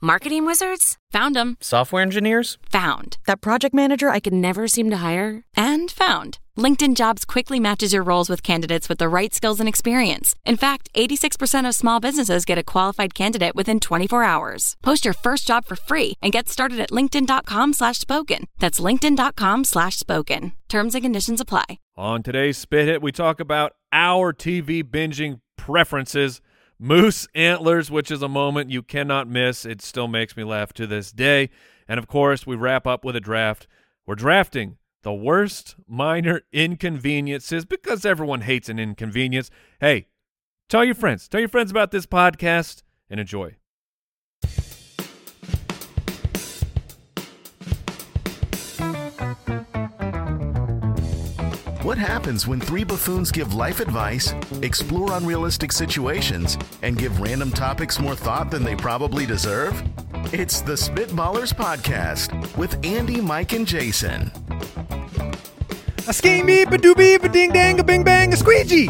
Marketing wizards? Found them. Software engineers? Found. That project manager I could never seem to hire? And found. LinkedIn Jobs quickly matches your roles with candidates with the right skills and experience. In fact, 86% of small businesses get a qualified candidate within 24 hours. Post your first job for free and get started at linkedin.com slash spoken. That's linkedin.com slash spoken. Terms and conditions apply. On today's Spit Hit, we talk about our TV binging preferences. Moose Antlers, which is a moment you cannot miss. It still makes me laugh to this day. And of course, we wrap up with a draft. We're drafting the worst minor inconveniences because everyone hates an inconvenience. Hey, tell your friends, tell your friends about this podcast and enjoy. What happens when three buffoons give life advice, explore unrealistic situations, and give random topics more thought than they probably deserve? It's the Spitballers Podcast with Andy, Mike, and Jason. A skein beep, a doo beep, a ding dang, a bing bang, a squeegee.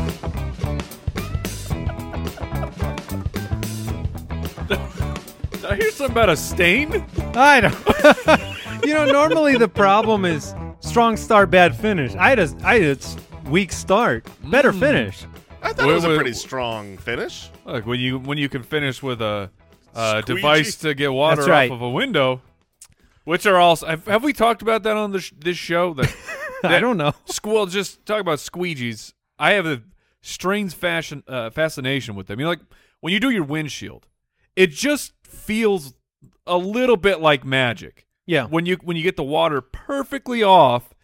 Did I hear something about a stain? I don't. you know, normally the problem is strong start, bad finish. I had a, I had a s- weak start, better finish. I thought Wait, it was Hmm. wait, a pretty wait. strong finish. Look, when you when you can finish with a, a Squeegee. device to get water That's right. off of a window, which are also have, have we talked about that on this this show? That, I don't know. Squirrel just talk about squeegees. I have a strange fashion uh, fascination with them. You know, like when you do your windshield, it just feels a little bit like magic. Yeah. When you when you get the water perfectly off,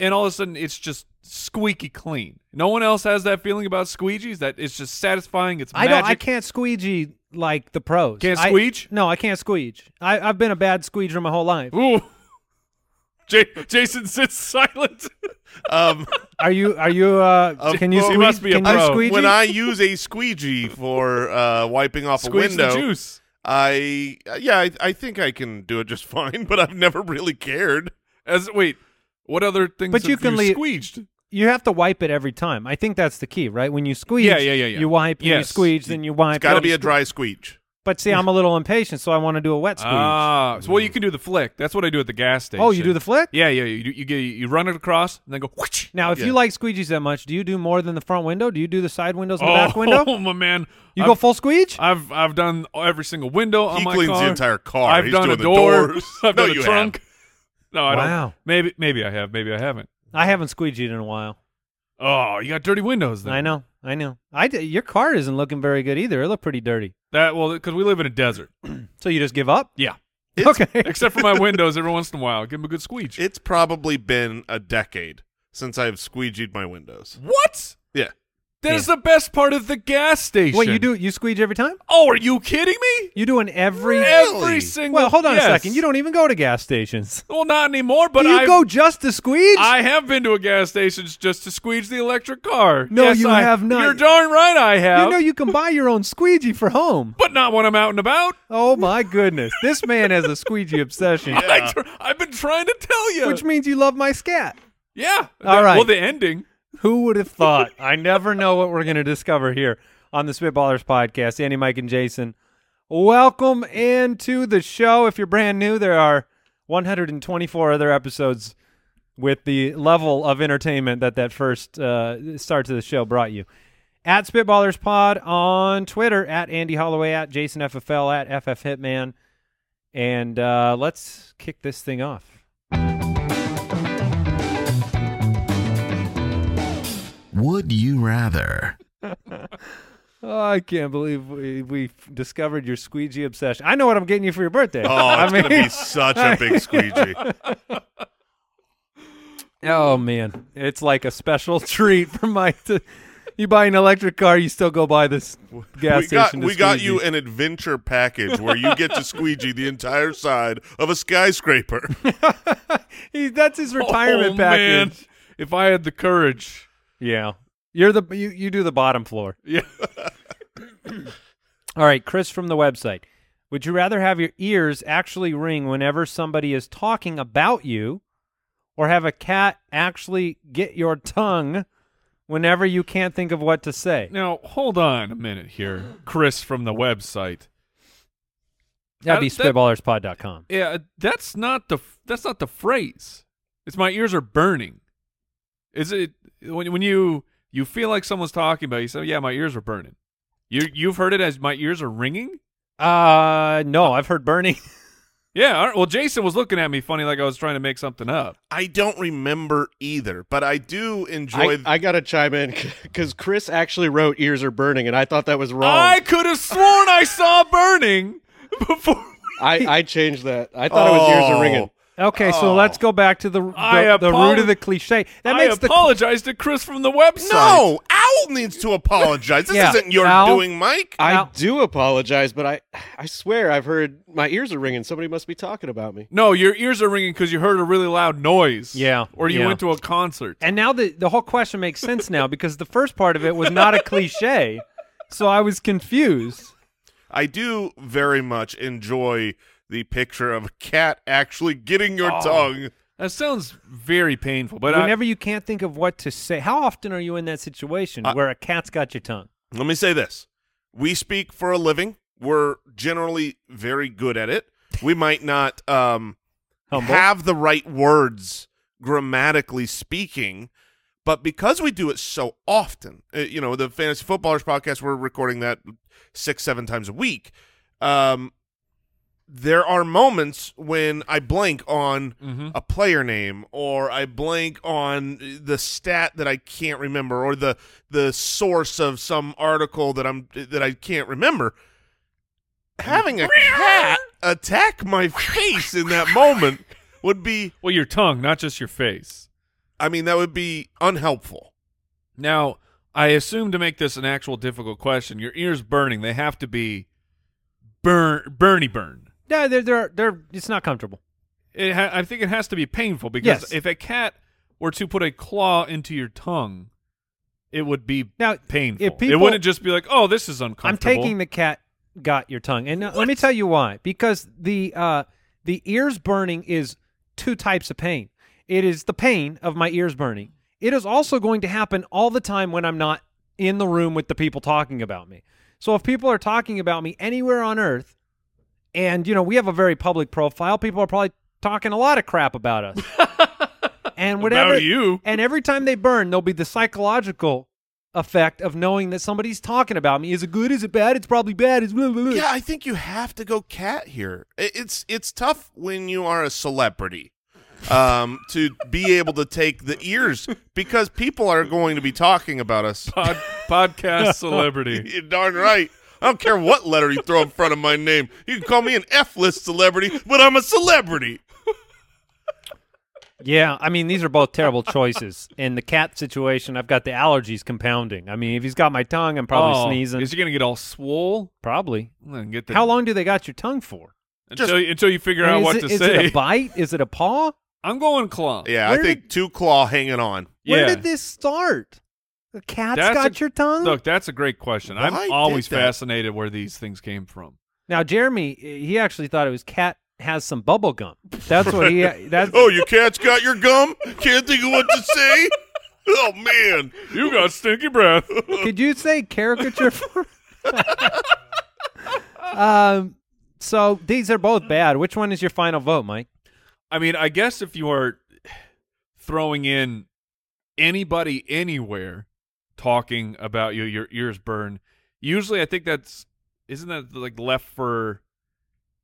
and all of a sudden it's just squeaky clean. No one else has that feeling about squeegees. That it's just satisfying. It's I magic. don't. I can't squeegee like the pros. Can't I- squeege? no, I can't squeege. I, I've been a bad squeeger my whole life. Ooh. J- Jason sits silent. Um, Are you? Are you? Uh, Oh, Of can you? Squeege? course. He must be a can pro. You squeegee? when I use a squeegee for uh, wiping off a Squeeze the window, juice. I yeah, I, I think I can do it just fine. But I've never really cared. As wait, what other things? But have you can you leave- squeeged. you have to wipe it every time. I think that's the key, right? When you squeeze, Yeah, yeah, yeah, yeah. you wipe, then Yes. you squeege, then you wipe. It's got to then be you a sque- dry squeege. But see, I'm a little impatient, so I want to do a wet squeege. Ah, so, well, you can do the flick. That's what I do at the gas station. Mm. oh, you do the flick? Yeah, yeah. You do- you get you run it across and then go. Whoosh. Now, if Yeah. you like squeegees that much, do you do more than the front window? Do you do the side windows and oh, the back window? my man. You I've, go full squeege? I've I've done every single window Oh, on he my cleans car. the entire car. I've He's done doing a the door. doors. I've no, done you a trunk. haven't. No, I don't. Wow. Maybe maybe I have. Maybe I haven't. I haven't squeegeed in a while. Oh, you got dirty windows. Then I know. I know. I d- your car isn't looking very good either. It looked pretty dirty. that. Well, because we live in a desert. So you just give up? Yeah. okay. Except for my windows, every once in a while, give them a good squeege. It's probably been a decade since I've squeegeed my windows. What? Yeah. That is the best part of the gas station. Wait, you do you squeege every time? Oh, are you kidding me? You do an every Every single. Well, hold on yes. a second. You don't even go to gas stations. Well, not anymore. But do you I go just to squeege? I have been to a gas station just to squeeze the electric car. No, Yes, you I, have not. You're darn right, I have. you know you can buy your own squeegee for home. but not when I'm out and about. Oh my goodness. this man has a squeegee obsession. I tr- I've been trying to tell you. Which means you love my scat. yeah. All That- right. Well, the ending. Who would have thought? I never know what we're going to discover here on the Spitballers podcast. Andy, Mike, and Jason, welcome into the show. If you're brand new, there are 124 other episodes with the level of entertainment that that first uh, start to the show brought you. At Spitballers Pod on Twitter, at Andy Holloway, at Jason FFL, at FF Hitman. And uh, let's kick this thing off. Would you rather? Oh, I can't believe we, we f- discovered your squeegee obsession. I know what I'm getting you for your birthday. Oh, I it's gonna be such a big squeegee. Oh man, it's like a special treat for Mike. To, you buy an electric car, you still go buy this gas we got station. to we got you squeegee. an adventure package where you get to squeegee the entire side of a skyscraper. He- that's his retirement oh, man. package. If I had the courage. Yeah, you're the you, you do the bottom floor. Yeah. All right, Chris from the website. Would you rather have your ears actually ring whenever somebody is talking about you, or have a cat actually get your tongue whenever you can't think of what to say? Now, hold on a minute here, Chris from the website. That'd be that- spitballerspod.com. Yeah, that's not the that's not the phrase. It's my ears are burning. Is it when when you you feel like someone's talking about you? So yeah, my ears are burning. You you've heard it as my ears are ringing. Uh, no, I've heard Bernie. Yeah. All right, well, Jason was looking at me funny, like I was trying to make something up. I don't remember either, but I do enjoy. I, I gotta chime in because Chris actually wrote "Ears Are Burning" and I thought that was wrong. I could have sworn I saw burning before. I, I changed that. I thought it was "Ears Oh. Are Oh. Ringing." Okay, so let's go back to the Oh. I the, the root of the cliche. That I makes the apologize to Chris from the website. no, Owl needs to apologize. This Yeah. isn't your Owl- doing, Mike. I Now- do apologize, but I I swear I've heard my ears are ringing. Somebody must be talking about me. no, your ears are ringing because you heard a really loud noise. Yeah, or you yeah. went to a concert. And now the the whole question makes sense now because the first part of it was not a cliche. So I was confused. I do very much enjoy the picture of a cat actually getting your tongue. That sounds very painful, but I, Whenever you can't think of what to say, how often are you in that situation where a cat's got your tongue? Let me say this. We speak for a living. We're generally very good at it. We might not um, Humble. have the right words grammatically speaking, but because we do it so often, uh, you know, the Fantasy Footballers podcast, we're recording that six, seven times a week. Um, there are moments when I blank on a player name or I blank on the stat that I can't remember or the the source of some article that I'm that I can't remember. Having a cat attack my face in that moment would be well, your tongue, not just your face. I mean that would be unhelpful. Now, I assume to make this an actual difficult question, your ears burning, they have to be burn, Bernie burn. No, they're, they're, they're, it's not comfortable. It ha- I think it has to be painful because Yes. if a cat were to put a claw into your tongue, it would be Now, painful. if people- it wouldn't just be like, "Oh, this is I'm uncomfortable." taking the cat got your tongue, and uh, let me tell you why. Because the uh, the ears burning is two types of pain. It is the pain of my ears burning. It is also going to happen all the time when I'm not in the room with the people talking about me. So if people are talking about me anywhere on earth, and you know we have a very public profile, people are probably talking a lot of crap about us. and whatever About you. and every time they burn, there'll be the psychological effect of knowing that somebody's talking about me. Is it good? Is it bad? It's probably bad. It's blah, blah, blah. Yeah, I think you have to go cat here. I- It's it's tough when you are a celebrity um to be able to take the ears because people are going to be talking about us. Pod- podcast celebrity. You're darn right. I don't care what letter you throw in front of my name. You can call me an F-list celebrity, but I'm a celebrity. Yeah, I mean, these are both terrible choices. In the cat situation, I've got the allergies compounding. I mean, if he's got my tongue, I'm probably Oh, sneezing. Is he gonna get all swole? Probably. Then get the, How long do they got your tongue for? until, Just- you- until you figure out is what it, to is say? it a bite? Is it a paw? I'm going claw. Yeah, I Where think two claw hanging on. Where Yeah. did this start? The cat's That's got a- your tongue? Look, that's a great question. Why I'm did always that? fascinated where these things came from. Now, Jeremy, he actually thought it was cat has some bubble gum. That's what he. That's, Oh, your cat's got your gum? Can't think of what to say? Oh man. You got stinky breath. Could you say caricature for? um. So these are both bad. Which one is your final vote, Mike? I mean, I guess if you are throwing in anybody anywhere talking about you, your ears burn. Usually, I think that's isn't that like left for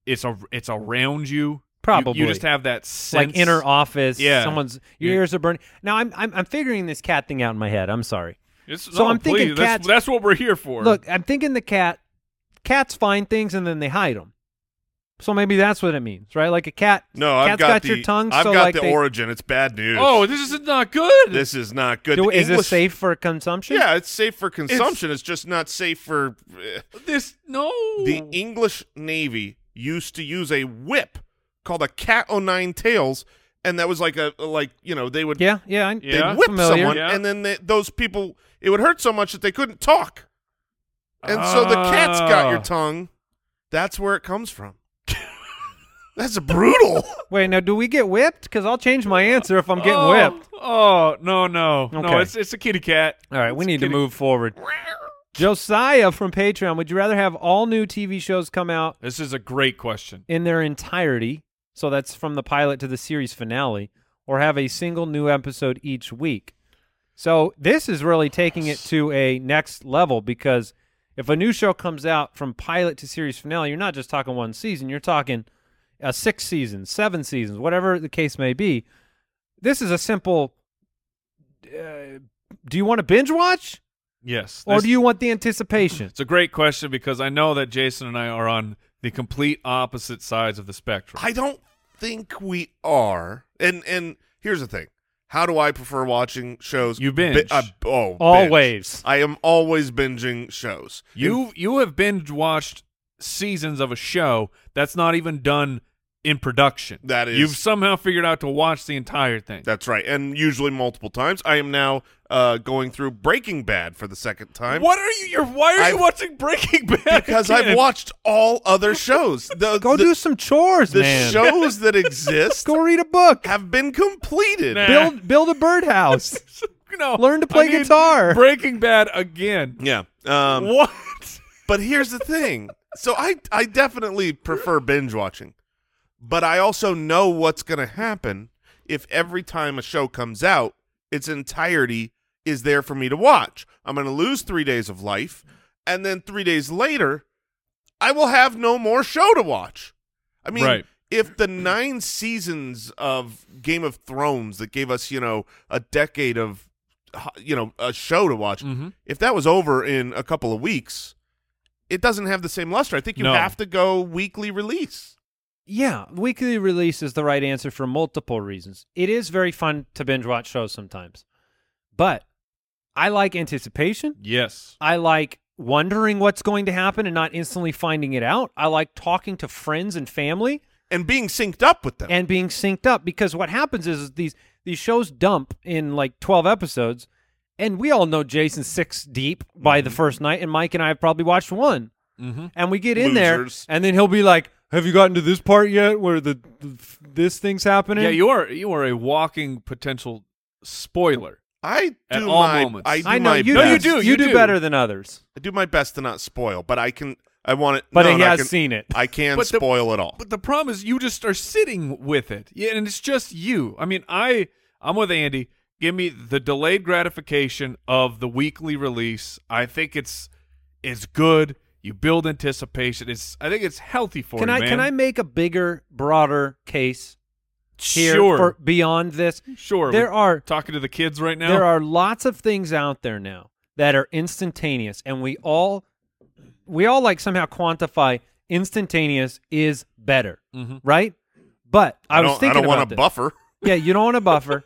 it's a it's around you. You- Probably. you, just have that sense. Like inner office. Yeah. Someone's your You- ears are burning. Now I'm, I'm I'm figuring this cat thing out in my head. I'm sorry. It's, So no, I'm thinking please, that's, cats- that's what we're here for. Look, I'm thinking the cat. Cats find things and then they hide them. So maybe that's what it means, right? Like a cat. No, cat's I've got, got the, your tongue. I've so got like the they- origin. It's bad news. Oh, this is not good. this is not good. Do- The is this English- safe for consumption? Yeah, it's safe for consumption. It's, just not safe for. eh. this no. The English Navy used to use a whip called a cat o' nine tails, and that was like a like you know they would Yeah, yeah. I, they Yeah. whip Familiar. someone, Yeah. and then they, those people it would hurt so much that they couldn't talk, and so the cat's got your Ah. tongue. That's where it comes from. That's brutal. Wait, now do we get whipped? Because I'll change my answer if I'm getting oh, whipped. Oh no no Okay. no! It's it's a kitty cat. All right, we It's a need to kitty- move forward. Josiah from Patreon, would you rather have all new TV shows come out This is a great question. in their entirety, so that's from the pilot to the series finale, or have a single new episode each week? So this is really taking it to a next level because if a new show comes out from pilot to series finale, you're not just talking one season, you're talking uh, six seasons, seven seasons, whatever the case may be. This is a simple. Uh, do you want to binge watch? Yes. Or this- do you want the anticipation? It's a great question because I know that Jason and I are on the complete opposite sides of the spectrum. I don't think we are. And and here's the thing: how do I prefer watching shows? You binge. I- oh, binge. Always. I am always binging shows. you you have binge watched seasons of a show that's not even done in production. That is- You've somehow figured out to watch the entire thing. That's right, and usually multiple times. I am now uh, going through Breaking Bad for the second time. what are you? You're, why are I've- you watching Breaking Bad? Because again? I've watched all other shows. The, Go the, do some chores, the man. shows that exist Go read a book. have been completed. Nah. Build build a birdhouse. no, Learn to play I need guitar. Breaking Bad again. Yeah. Um, what? But here's the thing. So I I definitely prefer binge watching. But I also know what's going to happen if every time a show comes out, its entirety is there for me to watch. I'm going to lose 3 days of life and then 3 days later I will have no more show to watch. I mean, Right. if the 9 seasons of Game of Thrones that gave us, you know, a decade of you know, a show to watch, Mhm. if that was over in a couple of weeks, it doesn't have the same luster. I think you No. have to go weekly release. Yeah, weekly release is the right answer for multiple reasons. It is very fun to binge watch shows sometimes. But I like anticipation. Yes. I like wondering what's going to happen and not instantly finding it out. I like talking to friends and family. And being synced up with them. and being synced up because what happens is, is these these shows dump in like 12 episodes and we all know Jason's six deep by the first night and Mike and I have probably watched one Mm-hmm. and we get in Losers. there and then he'll be like have you gotten to this part yet where the, the this thing's happening Yeah, you are you are a walking potential spoiler. I do At all my moments. I do I know my you do. best. No, you do, you you do, do. better than others I do my best to not spoil, but I can I want it but no, he no, I has can- seen it I can But the- spoil it all. But the problem is you just are sitting with it. Yeah, and it's just you. I mean, I I'm with Andy. Give me the delayed gratification of the weekly release. I think it's it's good. You build anticipation. It's I think it's healthy for can you, I man. can I make a bigger broader case here sure, for beyond this sure. there We're are talking to the kids right now. There are lots of things out there now that are instantaneous, and we all we all like somehow quantify instantaneous is better, Mhm. right? But I, Mm-hmm. I was don't thinking I don't about want a this. buffer. Yeah, you don't want a buffer.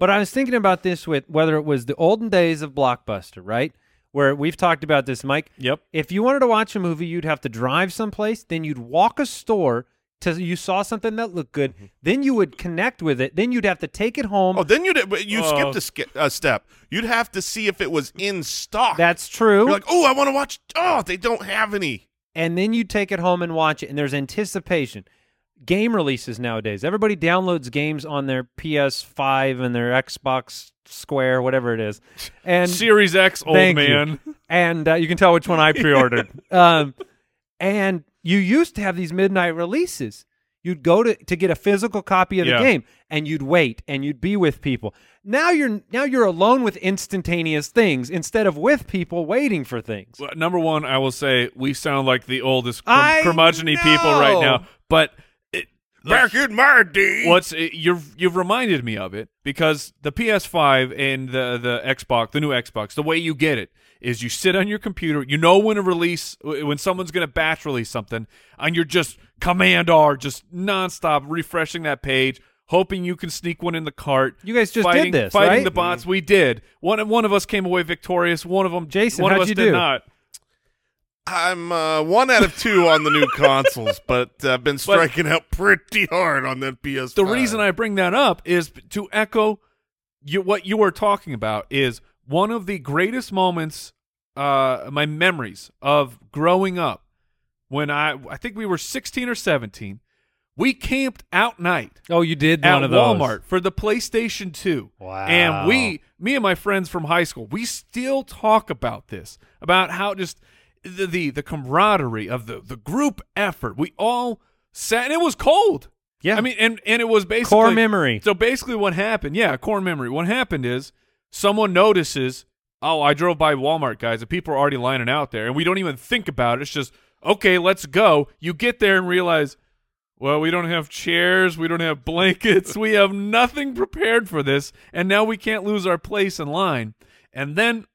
but I was thinking about this with whether it was the olden days of Blockbuster, right? Where we've talked about this, Mike. Yep. If you wanted to watch a movie, you'd have to drive someplace, then you'd walk a store till you saw something that looked good, then you would connect with it, then you'd have to take it home. Mm-hmm. Oh, then you'd but uh, you Oh. skipped a, sk- a step. You'd have to see if it was in stock. That's true. You're like, "Oh, I want to watch Oh, they don't have any." and then you take it home and watch it and there's anticipation game releases nowadays everybody downloads games on their ps5 and their xbox square whatever it is and Series X old thank you. man. and uh, you can tell which one i pre-ordered um, and you used to have these midnight releases you'd go to, to get a physical copy of Yeah. the game and you'd wait and you'd be with people now you're now you're alone with instantaneous things instead of with people waiting for things Well, number one, I will say we sound like the oldest cr- I curmudgeony people know. right now. But it, Back in my day. What's it, you've you've reminded me of it because the PS5 and the the Xbox, the new Xbox, the way you get it is you sit on your computer. You know when a release, when someone's going to batch release something, and you're just Command R, just nonstop refreshing that page, hoping you can sneak one in the cart. You guys just fighting, did this, fighting right? the bots. We did. One one of us came away victorious. One of them, Jason, one of how'd us you did do? not. I'm uh, one out of two on the new consoles, but I've been striking out pretty hard on that PS. The reason I bring that up is to echo you, what you were talking about is one of the greatest moments, uh, my memories of growing up when I, I think we were 16 or 17. We camped out night Oh, you did at one of those. Walmart for the PlayStation 2. Wow. And we, me and my friends from high school, we still talk about this, about how just the the, the camaraderie of the, the group effort. We all sat, and it was cold. Yeah. I mean, and, and it was basically Core memory. So basically, what happened, yeah, core memory. What happened is someone notices, oh, I drove by Walmart, guys, and people are already lining out there, and we don't even think about it. It's just, okay, let's go. You get there and realize, well, we don't have chairs. We don't have blankets. we have nothing prepared for this. And now we can't lose our place in line. And then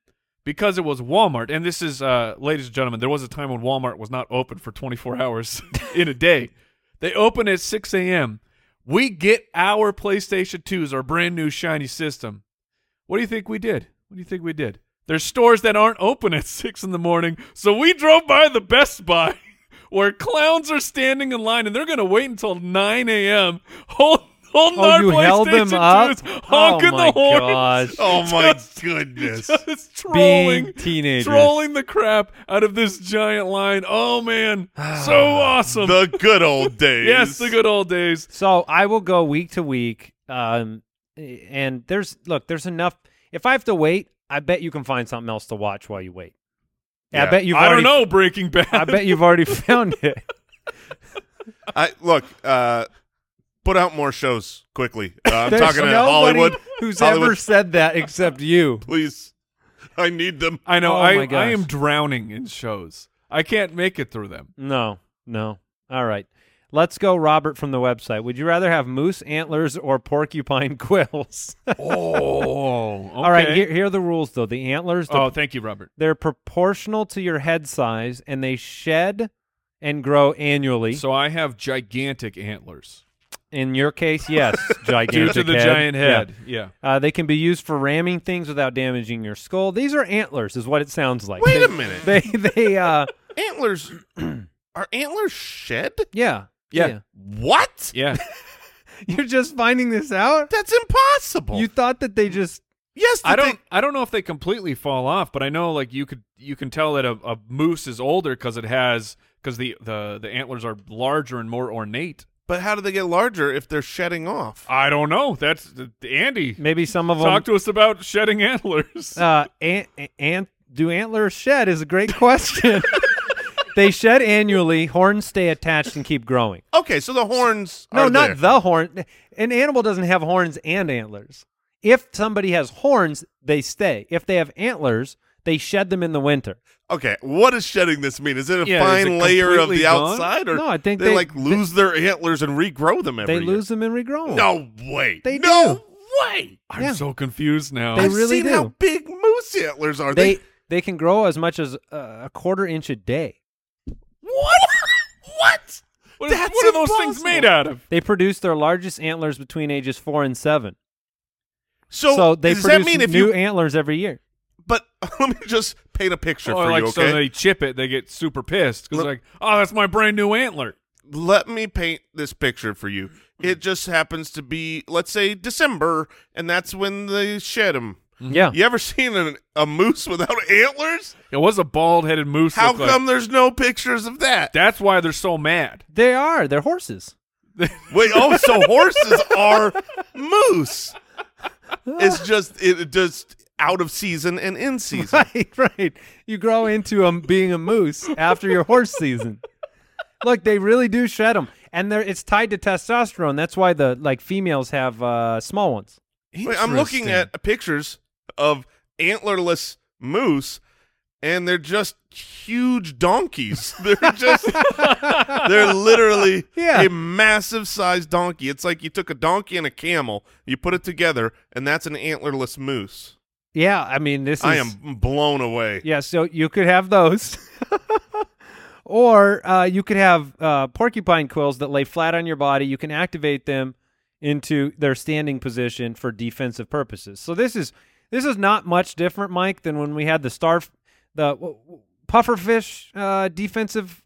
because it was Walmart, and this is, uh, ladies and gentlemen, there was a time when Walmart was not open for 24 hours in a day. They open at 6 a.m. We get our PlayStation 2s, our brand new shiny system. What do you think we did? What do you think we did? There's stores that aren't open at 6 in the morning, so we drove by the Best Buy where clowns are standing in line and they're going to wait until 9 a.m. Hold, holding Oh, our you held them PlayStation 2s, up? honking Oh, my the horn. gosh. Oh my goodness! It's Being trolling, teenagers. trolling the crap out of this giant line. Oh man, so awesome! the good old days. yes, the good old days. So I will go week to week. Um, and there's look, there's enough. If I have to wait, I bet you can find something else to watch while you wait. I Yeah. bet you've. I already, don't know Breaking Bad. I bet you've already found it. I look. Uh, put out more shows quickly. Uh, I'm There's talking to nobody Hollywood. Who's Hollywood, ever said that except you? please? I need them. I know. Oh, I, my gosh. I am drowning in shows. I can't make it through them. No, no. All right. Let's go, Robert, from the website. Would you rather have moose antlers or porcupine quills? Oh, okay. All right. Here, here are the rules, though. The antlers, the Oh, thank you, Robert. They're proportional to your head size and they shed and grow annually. So I have gigantic antlers in your case, yes, due gigantic to the head. giant head. Yeah. Yeah. Uh, they can be used for ramming things without damaging your skull. These are antlers, is what it sounds like. Wait a They- minute. They, they, uh, antlers are antlers shed? yeah, Yeah. What? Yeah. You're just finding this out. That's impossible. You thought that they just yes, the I don't. thing- I don't know if they completely fall off, but I know like you could you can tell that a, a moose is older because it has because the, the the antlers are larger and more ornate. But how do they get larger if they're shedding off? I don't know. That's the- Andy. maybe some of them. Talk to us about shedding antlers. uh, ant, ant, do antlers shed? Is a great question. they shed annually. Horns stay attached and keep growing. Okay, so the horns. No, are not there. the horn. An animal doesn't have horns and antlers. If somebody has horns, they stay. If they have antlers, they shed them in the winter. Okay, what does shedding this mean? Is it a Yeah, is fine it layer of completely the gone? outside, or No, I think they, they- like lose their antlers and regrow them every they lose them and regrow them. Year? No way. They no do. way. I'm yeah. so confused now. They I've really seen do. how big moose antlers are. They they can grow as much as uh, a quarter inch a day. what? what? what, is, That's what are those things impossible. made out of? They produce their largest antlers between ages four and seven. So, they does produce that mean if new you? antlers every year. But let me just paint a picture Or for Oh, like you. so Okay. they chip it, they get super pissed because Look- like, oh, that's my brand new antler. let me paint this picture for you. Hmm. It just happens to be, let's say, December, and that's when they shed them. Yeah. You ever seen an, a moose without antlers? It was a bald headed moose. How look like? come there's no pictures of that? That's why they're so mad. They are. They're horses. Wait, oh, so horses are moose. It's just it it just out of season and in season. Right, right. You grow into um, being a moose after your horse season. Look, they really do shed them, and they're, it's tied to testosterone. That's why the like females have uh, small ones. Wait, I'm looking at pictures of antlerless moose, and they're just huge donkeys. They're just they're literally Yeah. a massive sized donkey. It's like you took a donkey and a camel, you put it together, and that's an antlerless moose. Yeah, I mean this is. I am blown away. Yeah, so you could have those, Or uh, you could have uh, porcupine quills that lay flat on your body. You can activate them into their standing position for defensive purposes. So this is this is not much different, Mike, than when we had the star, the w- w- pufferfish uh, defensive.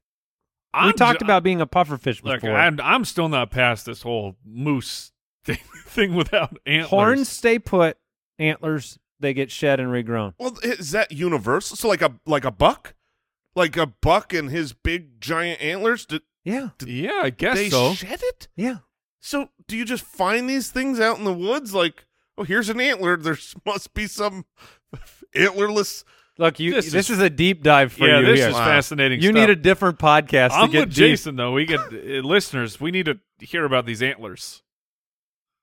we I'm talked j- about being a pufferfish before. Look, I'm, I'm still not past this whole moose thing, thing without antlers. Horns stay put, antlers they get shed and regrown. Well, is that universal? So like a like a buck, like a buck and his big giant antlers. Did Yeah, Yeah, I guess they so. shed it? yeah. So do you just find these things out in the woods? Like, oh, here's an antler. There s- must be some antlerless. Look, you. This This, is- is, a deep dive for yeah, you this here. is Wow. fascinating. you stuff. need a different podcast I'm to get with deep. Jason though. We get uh, listeners. We need to hear about these antlers.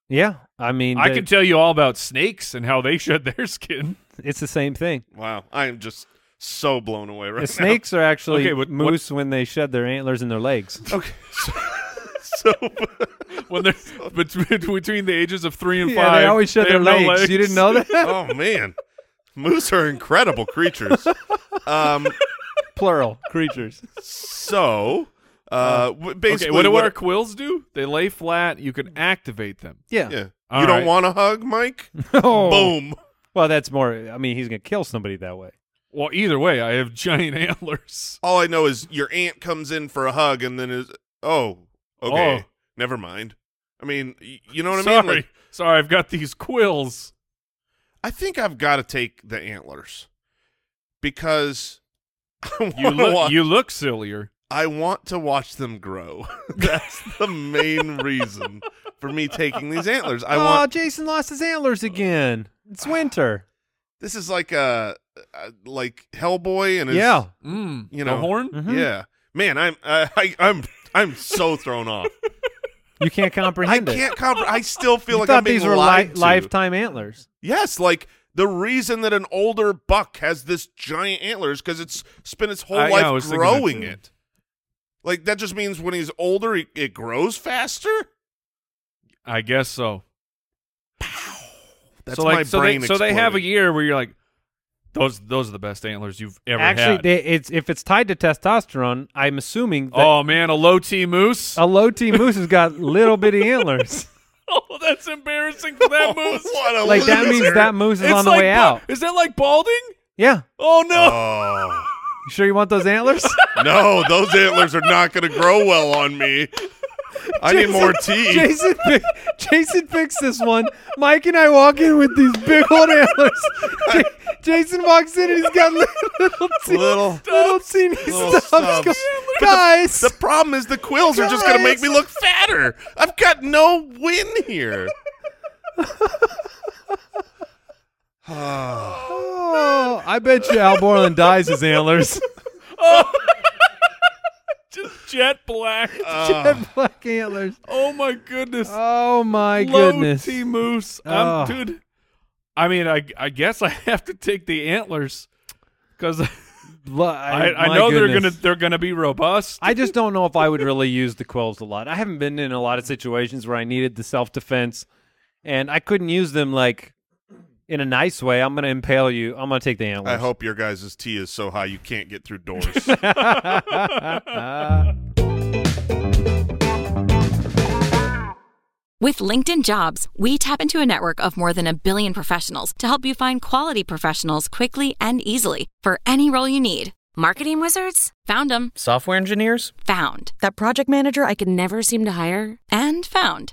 Yeah, I mean, I the- can tell you all about snakes and how they shed their skin. it's the same thing. Wow, I am just so blown away right The now. snakes are actually Okay, what- what- moose when they shed their antlers and their legs. Okay. So, so When they're between, between the ages of three and Yeah, five, they always shed their have no legs. You didn't know that? oh man, moose are incredible creatures. Um, Plural creatures. so uh, w- basically, okay, what do what- our quills do? They lay flat. You can activate them. Yeah. Yeah. All you right. don't want a hug, Mike? Oh. Boom. Well, that's more. I mean, he's gonna kill somebody that way. Well, either way, I have giant antlers. All I know is your aunt comes in for a hug and then is, oh, okay, Oh. never mind. I mean, y- you know what sorry, I mean? Like, sorry, I've got these quills. I think I've got to take the antlers because I You want, to look, watch, you look sillier. I want to watch them grow. That's the main reason for me taking these antlers. I oh, want Jason lost his antlers again. It's winter. this is like a, uh like Hellboy and his, yeah. Mm, You know. the horn. Mhm. yeah. Man, I'm I, I, I'm I'm so thrown off. You can't I comprehend it. can't comprehend. I still feel You like thought I'm being these were lied li- to. lifetime antlers. Yes, like the reason that an older buck has this giant antlers because it's spent its whole I- yeah, I life was thinking that growing too. it. Like that just means when he's older, he, it grows faster. I guess so. That's so like my so brain. they, so they have a exploded. year where you're like, those those are the best antlers you've ever Actually, had. they, it's if it's tied to testosterone, I'm assuming that oh man, a low T moose. a low T moose has got little bitty antlers. oh, that's embarrassing for that moose. Oh, What a Like that means loser. that moose is It's on the like way ba- out. Is that like balding? Yeah. Oh no. Oh You sure you want those antlers? no, those antlers are not going to grow well on me. I need more tea. Jason, pick, Jason picks this one. Mike and I walk in with these big old antlers. Ja- Jason walks in and he's got little little, te- Little- little teeny Little stubs. stubs. Go- But the- Guys, The problem is the quills are just going to make me Guys. look fatter. I've got no win here. oh, I bet you Al Borland dyes his antlers. Oh. Just jet black. Black antlers. oh my goodness. Uh. Oh my low goodness. T moose. Oh. I'm dude. I mean, I I guess I have to take the antlers because I, Lo- I, my know they're gonna goodness. they're gonna be robust. I just don't know if I would really use the quills a lot. I haven't been in a lot of situations where I needed the self defense, and I couldn't use them like in a nice way. I'm gonna impale you. I'm gonna take the antlers. I hope your guys' tea is so high you can't get through doors. With LinkedIn Jobs, we tap into a network of more than a billion professionals to help you find quality professionals quickly and easily for any role you need. Marketing wizards? Found them, Software engineers? found, That project manager I could never seem to hire? and found.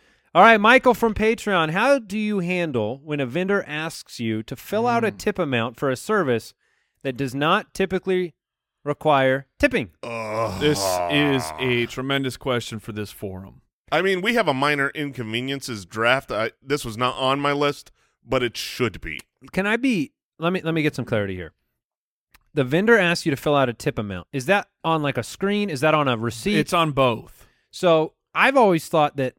All right, Michael from Patreon. How do you handle when a vendor asks you to fill out a tip amount for a service that does not typically require tipping? this is Ah. a tremendous question for this forum. I mean, we have a minor inconveniences draft. I, this was not on my list, but it should be. Can I be? Let me let me get some clarity here. The vendor asks you to fill out a tip amount. Is that on like a screen? Is that on a receipt? It's on both. So I've always thought that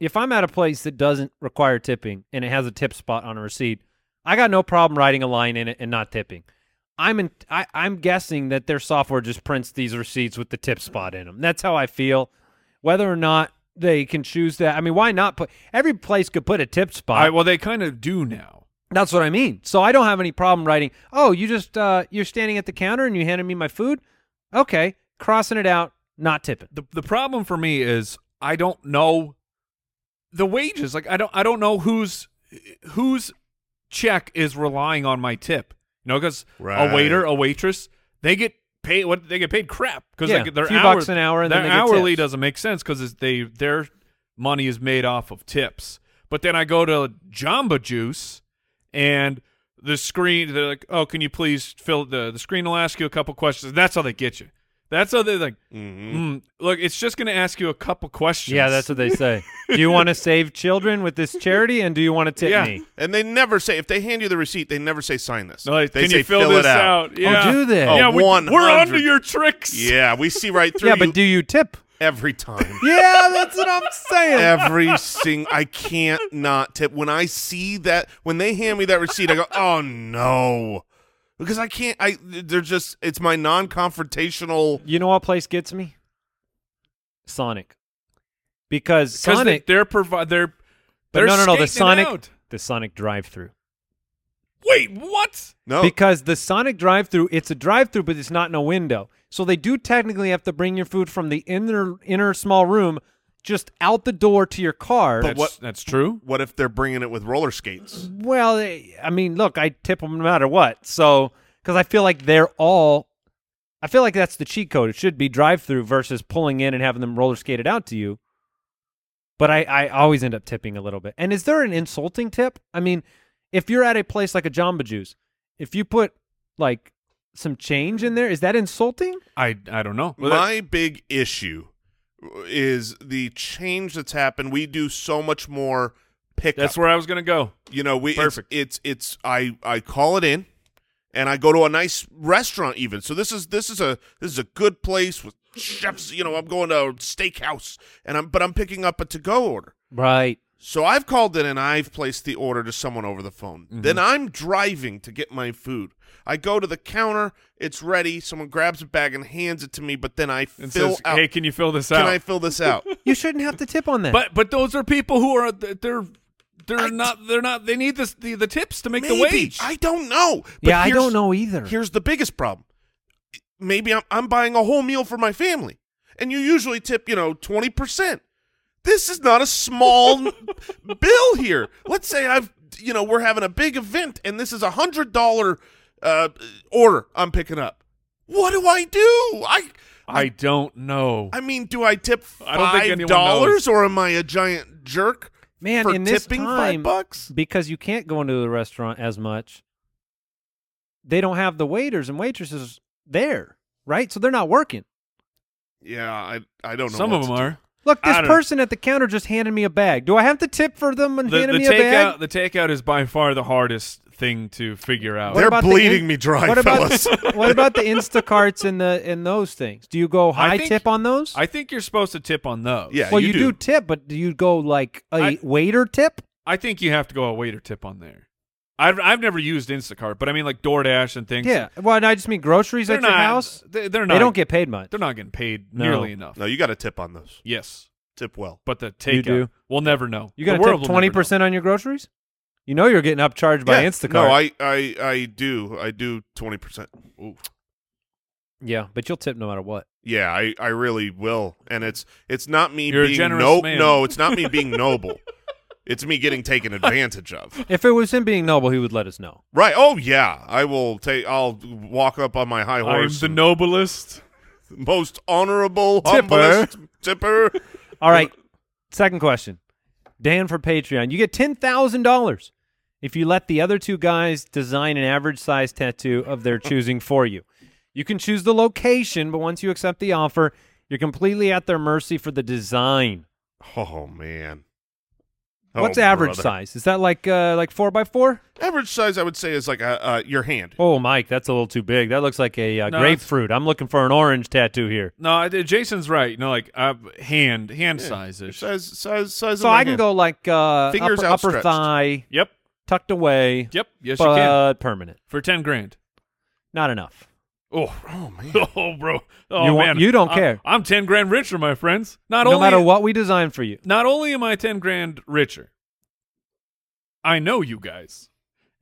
if I'm at a place that doesn't require tipping and it has a tip spot on a receipt, I got no problem writing a line in it and not tipping. I'm in, I, I'm guessing that their software just prints these receipts with the tip spot in them. That's how I feel. Whether or not they can choose that, I mean, why not put every place could put a tip spot. All right, well, they kind of do now. That's what I mean. So I don't have any problem writing. Oh, you just uh, you're standing at the counter and you handed me my food. Okay, crossing it out, not tipping. The the problem for me is I don't know the wages. Like I don't I don't know whose whose check is relying on my tip. You know, because Right. a waiter, a waitress, they get paid what they get paid crap because Yeah, they get their a few hour, bucks an hour and their then they get hourly tips. doesn't make sense because they their money is made off of tips. But then I go to Jamba Juice and the screen they're like, oh, can you please fill the the screen will ask you a couple questions. And that's how they get you. That's how they're like, Mm-hmm. mm, look, it's just going to ask you a couple questions. Yeah, that's what they say. do you want to save children with this charity, and do you want to tip yeah, me? and they never say if they hand you the receipt, they never say sign this. No, like, they can say you fill, this it out. out? Yeah. do they? Yeah, Oh, we, we're 100. under your tricks. Yeah, we see right through Yeah, but you do you tip? every time. Yeah, that's what I'm saying. every sing I can't not tip. When I see that, when they hand me that receipt, I go, "Oh no," because I can't. I they're just it's my non-confrontational. You know what place gets me? Sonic, because Because they, Sonic. they're provi- they're, but they're no, no, no. skating The it Sonic, out. the Sonic drive-through. Wait, what? No, Because the Sonic drive-through, it's a drive-through, but it's not in a window. So they do technically have to bring your food from the inner inner small room, just out the door to your car. But That's, what- That's true. what if they're bringing it with roller skates? Well, they- I mean, look, I tip them no matter what. So, because I feel like they're all, I feel like that's the cheat code. It should be drive through versus pulling in and having them roller skated out to you. But I, I always end up tipping a little bit. And is there an insulting tip? I mean, if you're at a place like a Jamba Juice, if you put like some change in there, is that insulting? I I don't know. Well, that- My big issue is the change that's happened. We do so much more pickup. that's where I was gonna go. you know we Perfect. It's, it's it's I I call it in, and I go to a nice restaurant even. So this is this is a this is a good place with chefs. You know I'm going to a steakhouse, and I'm but I'm picking up a to go order. Right. So I've called in and I've placed the order to someone over the phone. Mm-hmm. Then I'm driving to get my food. I go to the counter, it's ready. Someone grabs a bag and hands it to me, but then I And fill says, out. hey, can you fill this Can out? I fill this out? You shouldn't have to tip on that. but but those are people who are they're they're not they're not they need this the, the tips to make the Maybe. wage. I don't know. But yeah, I here's- don't know either. Here's the biggest problem. Maybe I'm, I'm buying a whole meal for my family, and you usually tip, you know, 20%. This is not a small bill here. Let's say I've, you know, we're having a big event, and this is a $100 uh, order I'm picking up. What do I do? I. I don't know. I mean, do I tip I don't think five anyone dollars knows. or am I a giant jerk? Man, for in this tipping time, five bucks. because you can't go into the restaurant as much. They don't have the waiters and waitresses there, right? So they're not working. Yeah, I I don't know. Some what of them to do. are. Look, this I don't- person at the counter just handed me a bag. Do I have to tip for them and The, handing the me a bag? takeout the takeout is by far the hardest thing to figure out. What They're about the bleeding in- me dry, what about, fellas. what about the Instacarts and the and those things? Do you go I high think- tip on those? I think you're supposed to tip on those. Yeah, well, you you, do. do. tip, but do you go like a I- waiter tip? I think you have to go a waiter tip on there. I've I've never used Instacart, but I mean like DoorDash and things. Yeah. Well, and I just mean groceries they're at not, your house. They, they're not. They don't get paid much. They're not getting paid No. nearly enough. No, you got to tip on those. Yes, Tip well. but the takeout. You do. We'll never know. You The got to world tip will never twenty percent on your groceries. You know you're getting upcharged by Yeah. Instacart. No, I, I, I do. I do twenty percent. yeah, but you'll tip no matter what. Yeah, I, I really will. And it's it's not me You're a being generous no man. no, it's not me being noble. It's me getting taken advantage of. If it was him being noble, he would let us know. Right. Oh yeah. I will take I'll walk up on my high know. I'm horse. the noblest. most honorable Tipper. humblest tipper. All right. Second question, Dan for Patreon. You get ten thousand dollars if you let the other two guys design an average size tattoo of their choosing for you. You can choose the location, but once you accept the offer, you're completely at their mercy for the design. Oh man. Oh, What's average brother. size? Is that like uh, like four by four? Average size, I would say, is like a, uh, your hand. Oh, Mike, that's a little too big. That looks like a uh, No, it's- grapefruit. I'm looking for an orange tattoo here. No, I- Jason's right. You know, like uh, hand hand size ish. Size, size, size. So of my I can hand. go like uh, Fingers upper, upper outstretched. thigh Yep. tucked away, Yep. Yes, you can but uh, permanent. for ten grand. Not enough. Oh, oh man. Oh, bro. Oh You want- man. you don't I- care. I'm ten grand richer, my friends. Not no only matter what we design for you. not only am I 10 grand richer, I know you guys.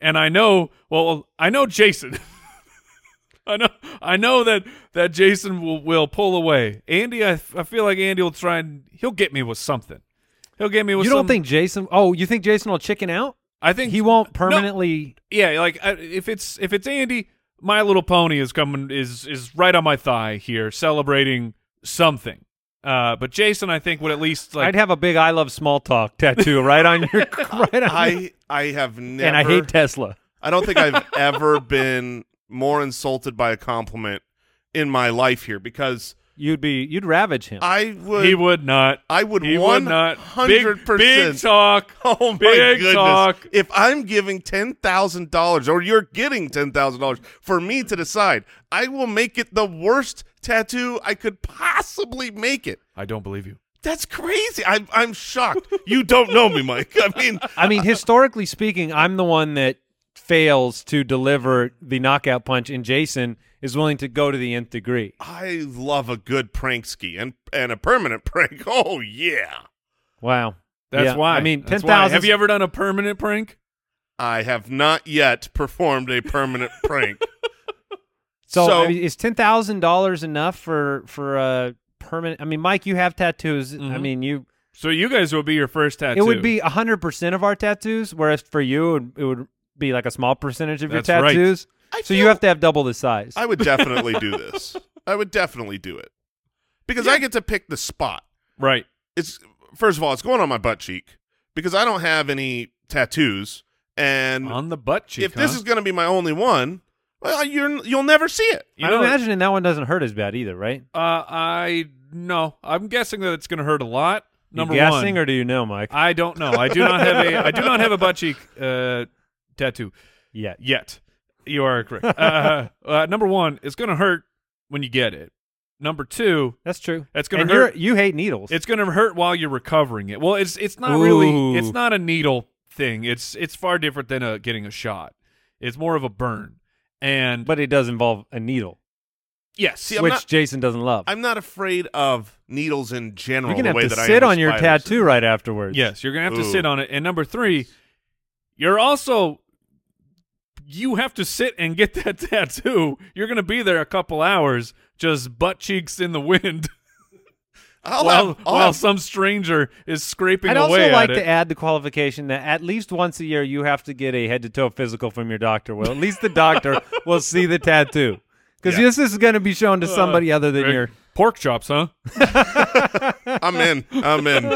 And I know, well, I know Jason. I know I know that that Jason will, will pull away. Andy, I, I feel like Andy will try and he'll get me with something. He'll get me You with don't some- think Jason? Oh, you think Jason will chicken out? I think He won't No, permanently. yeah, like I, if it's if it's Andy, My Little Pony is coming is is right on my thigh here celebrating something. Uh, but Jason I think would at least like I'd have a big "I love small talk" tattoo right on your right on. your- I I have never. and I hate Tesla. I don't think I've ever been more insulted by a compliment in my life here because You'd be you'd ravage him. I would. he would not. I would He would one not. hundred Big, big percent. talk. Oh my big goodness! talk. If I'm giving ten thousand dollars, or you're getting ten thousand dollars for me to decide, I will make it the worst tattoo I could possibly make it. I don't believe you. That's crazy. I'm I'm shocked. You don't know me, Mike. I mean, I mean, historically speaking, I'm the one that fails to deliver the knockout punch, and Jason is willing to go to the nth degree. I love a good prank ski and and a permanent prank. Oh yeah. Wow. That's Yeah. why. I mean, ten That's why. thousand. Have you ever done a permanent prank? I have not yet performed a permanent prank. So, So- I mean, is ten thousand dollars enough for for a permanent? I mean, Mike, you have tattoos. I Mhm. mean, you. So you guys will be your first tattoo. It would be hundred percent of our tattoos, whereas for you, it would, it would be like a small percentage of That's your right. tattoos. So you have to have double the size. I would definitely do this. I would definitely do it because I get to pick the spot. right. It's first of all, it's going on my butt cheek because I don't have any tattoos, and On the butt cheek. if this huh? is going to be my only one, well, you're you'll never see it. you I'm know, imagining that one doesn't hurt as bad either, right? uh, I no, I'm guessing that it's going to hurt a lot. Number you guessing, one, or do you know, Mike? I don't know. I do not have a I do not have a butt cheek uh, tattoo yeah. yet. You are correct. Uh, uh, number one, it's going to hurt when you get it. Number two, That's true. That's gonna And you're- hurt. You hate needles. It's going to hurt while you're recovering it. Well, it's it's not really Ooh. it's not a needle thing. It's it's far different than a, getting a shot. It's more of a burn. And but it does involve a needle, yes, See, I'm which not- Jason doesn't love. I'm not afraid of needles in general. you're the gonna way have to that I am sit of on your spiders. tattoo right afterwards. yes, you're going to have to Ooh. sit on it. And number 3, you're also you have to sit and get that tattoo. You're going to be there a couple hours just butt cheeks in the wind I'll while have- I'll while have- some stranger is scraping I'd away also at like it. to add the qualification that at least once a year you have to get a head to toe physical from your doctor. Well, at least the doctor will see the tattoo because this is going to be shown to Uh, somebody other than Rick, your. pork chops, huh? I'm in. I'm in.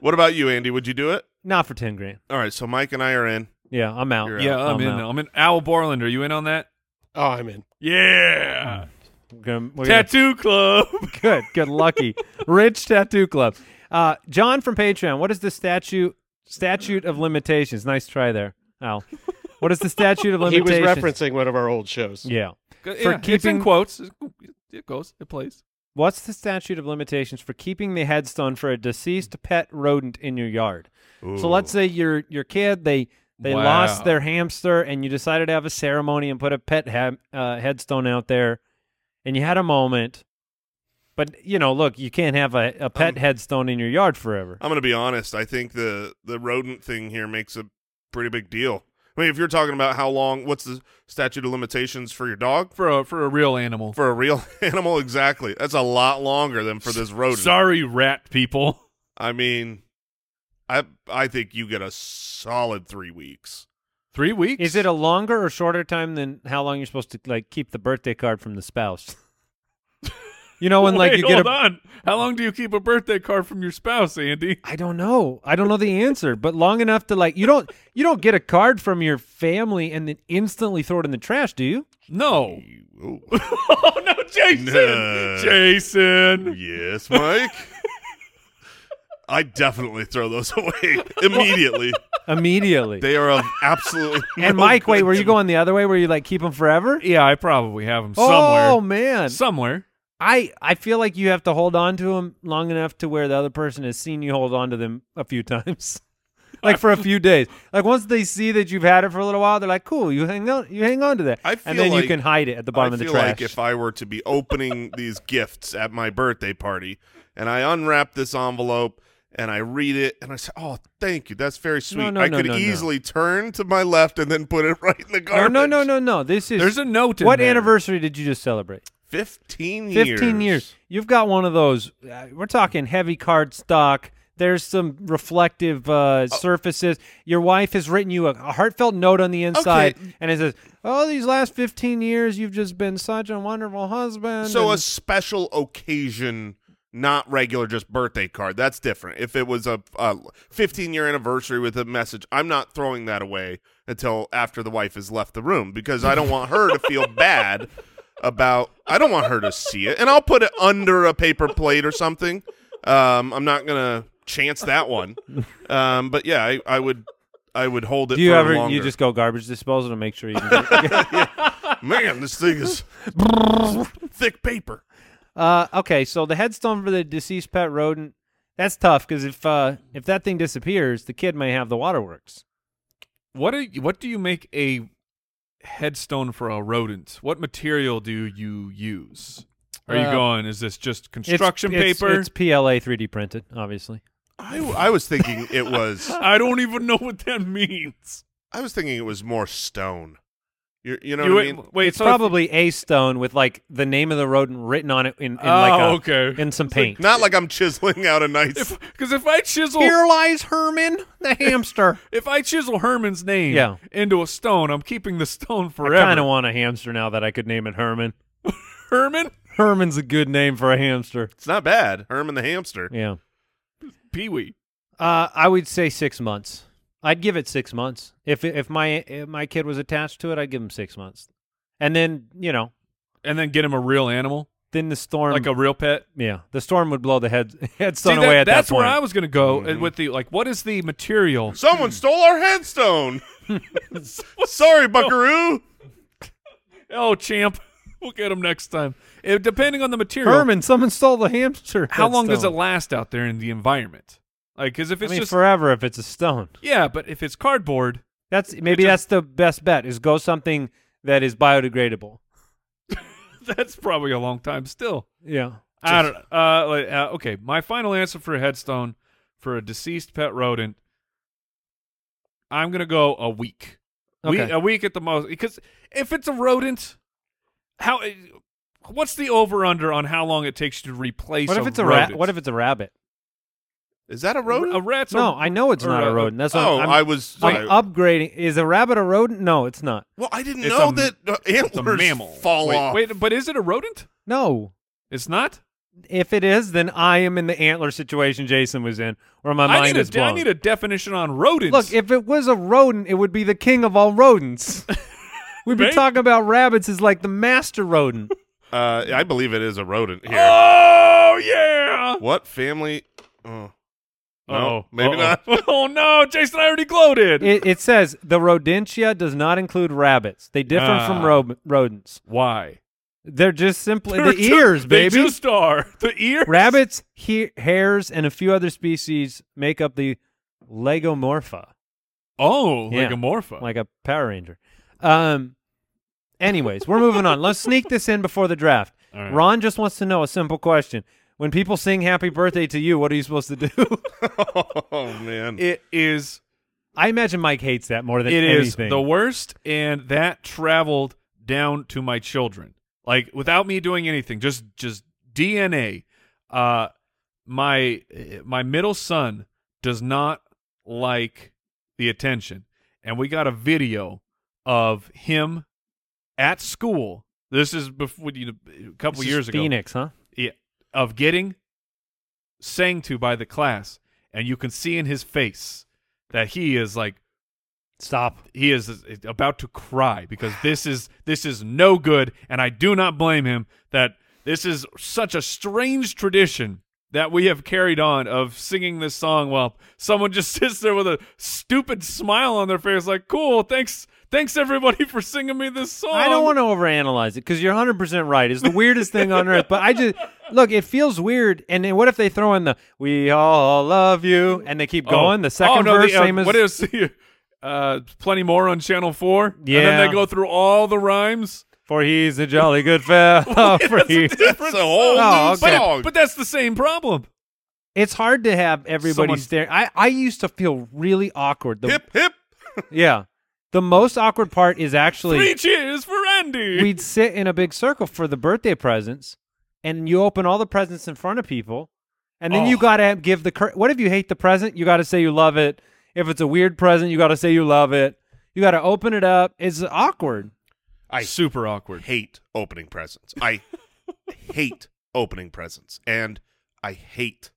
what about you, Andy? Would you do it? Not for ten grand. All right, so Mike and I are in. Yeah, I'm out. You're Yeah, I'm in. out. I'm in. Al Borland, are you in on that? Oh, I'm in. Yeah. We're gonna- we're gonna- Tattoo club. good, good, lucky, rich tattoo club. Uh, John from Patreon, what is the statute statute of limitations? Nice try there, Al. What is the statute of He limitations? was referencing one of our old shows. Yeah. For it's in keeping- quotes. It goes. It plays. What's the statute of limitations for keeping the headstone for a deceased pet rodent in your yard? So let's say your your kid they they Wow. lost their hamster and you decided to have a ceremony and put a pet ha- uh, headstone out there, and you had a moment. But you know, look, you can't have a, a pet Um, headstone in your yard forever. I'm going to be honest. I think the the rodent thing here makes a pretty big deal. I mean, if you're talking about how long, what's the statute of limitations for your dog? For a for a real animal. For a real animal, exactly. That's a lot longer than for this rodent. Sorry, rat people. I mean, I I think you get a solid three weeks. Three weeks. Is it a longer or shorter time than how long you're supposed to like keep the birthday card from the spouse? you know, when like Wait, you get hold a on. How long do you keep a birthday card from your spouse, Andy? I don't know. I don't know the answer, but long enough to like you don't you don't get a card from your family and then instantly throw it in the trash, do you? No. Ooh. oh no, Jason. No. Jason. yes, Mike. I definitely throw those away immediately. Immediately. They are of absolutely. and no Mike, wait, good were you to- going the other way? Were you like keep them forever? Yeah, I probably have them somewhere. Oh man, Somewhere. I I feel like you have to hold on to them long enough to where the other person has seen you hold on to them a few times, like for a few days. Like once they see that you've had it for a little while, they're like, "Cool, you hang on, you hang on to that," I feel and then like- you can hide it at the bottom I of the feel trash. like if I were to be opening these gifts at my birthday party, and I unwrap this envelope and I read it and I say, "Oh, thank you, that's very sweet." no, I no, could no, no. easily turn to my left and then put it right in the no, garbage. no, no, no, no. This is There's a note in What there. anniversary did you just celebrate? Fifteen years. Fifteen years. You've got one of those. Uh, we're talking heavy card stock. There's some reflective uh, surfaces. Your wife has written you a, a heartfelt note on the inside, and it says, "Oh, these last 15 years, you've just been such a wonderful husband." So a and- special occasion, not regular, just birthday card. That's different. If it was a, a 15 year anniversary with a message, I'm not throwing that away until after the wife has left the room because I don't want her to feel bad about. I don't want her to see it, and I'll put it under a paper plate or something. Um, I'm not gonna chance that one. Um, but yeah, I, I would. I would hold it. do you for ever longer. you just go garbage disposal to make sure you? Can get man, this thing is thick paper. uh, okay, so the headstone for the deceased pet rodent. That's tough because if uh, if that thing disappears, the kid may have the waterworks. What are, what do you make a headstone for a rodent? What material do you use? Are you Uh, going? Is this just It's- construction it's- paper? it's PLA 3D printed, obviously. I, I was thinking it was. I don't even know what that means. I was thinking it was more stone. you you know You what I went- mean? wait, it's so if- probably a stone with like the name of the rodent written on it in, in like Oh, a, okay. in some paint. Not like I'm chiseling out a nice. Because if I chisel Here lies Herman the hamster. if I chisel Herman's name Yeah. into a stone, I'm keeping the stone forever. I kind of want a hamster now that I could name it Herman. Herman Herman's a good name for a hamster. It's not bad. Herman the hamster. Yeah. Pee Wee. Uh, I would say six months. I'd give it six months. If if my if my kid was attached to it, I'd give him six months, and then you know, And then get him a real animal, then the storm, like a real pet. yeah, the storm would blow the head headstone See, away that- at that's that point. where I was going to go uh, with the like. What is the material? Someone stole our headstone. Sorry, Buckaroo. Oh, champ, we'll get him next time. Uh, depending on the material, Herman, someone stole the hamster. how long does it headstone. last out there in the environment? Like, because if I it's mean, just forever if it's a stone. yeah, but if it's cardboard, That's maybe that's the best bet is go something that is biodegradable. that's probably a long time still. Yeah. I don't. Uh, like, uh, okay, my final answer for a headstone for a deceased pet rodent. I'm gonna go a week. We- uh, Okay. a week at the most, because if it's a rodent, how? eh, What's the over under on how long it takes you to replace? What if it's a rodent? rat? What if it's a rabbit? Is that a rodent? a rat's? No, I I know it's or not a- a rodent. That's what oh, I'm, i was. I'm I- upgrading. Is a rabbit a rodent? No, it's not. well, I didn't It's know a- that uh, it's a antlers mammal. fall wait, off. Wait, but is it a rodent? No. It's not. If it is, then I am in the antler situation Jason was in, where my I mind need is a, I blown. need a definition on rodents. Look, if it was a rodent, it would be the king of all rodents. We'd be Right? talking about rabbits as like the master rodent. Uh, I believe it is a rodent here. oh yeah. What family? Oh, No, Uh-oh. Uh-oh. maybe not. oh no, Jason! I already gloated. it, it says the rodentia does not include rabbits. They differ from Ah. ro- rodents. Why? They're just simply They're the ju- ears, they baby. just are the ears. Rabbits, he- hares, and a few other species make up the Legomorpha, Oh, Yeah. Legomorpha. like a Power Ranger. Um. Anyways, we're moving on. Let's sneak this in before the draft. All right. Ron just wants to know a simple question: When people sing "Happy Birthday" to you, what are you supposed to do? oh man. it is. I imagine Mike hates that more than It is anything. the worst, and that traveled down to my children. Like without me doing anything, just just DNA. Uh, my my middle son does not like the attention, and we got a video of him at school. This is before you know, a couple This is years ago. Phoenix, huh? yeah, of getting sang to by the class, and you can see in his face that he is like Stop. he is about to cry because this is this is no good, and I do not blame him that this is such a strange tradition that we have carried on of singing this song while someone just sits there with a stupid smile on their face, like, cool, thanks, thanks everybody for singing me this song. I don't want to overanalyze it because you're 100% right. It's the weirdest thing on earth. But I just, look, it feels weird. And then what if they throw in the, we all love you, and they keep going? The second oh, no, verse, the, uh, same as. what is uh, plenty more on Channel Four? and then Yeah. they go through all the rhymes. For he's a jolly good fellow. Oh, for he- That's a whole Oh, new okay. But it- song. But that's the same problem. It's hard to have everybody Someone- staring. I, I used to feel really awkward. The, hip hip. Yeah. The most awkward part is actually. Three cheers for Andy. we'd sit in a big circle for the birthday presents, and you open all the presents in front of people, and then you Oh. gotta give the. Cur- what if you hate the present? You gotta say you love it. If it's a weird present, you gotta say you love it. You gotta open it up. It's awkward. I Super awkward. hate opening presents. I hate opening presents, and I hate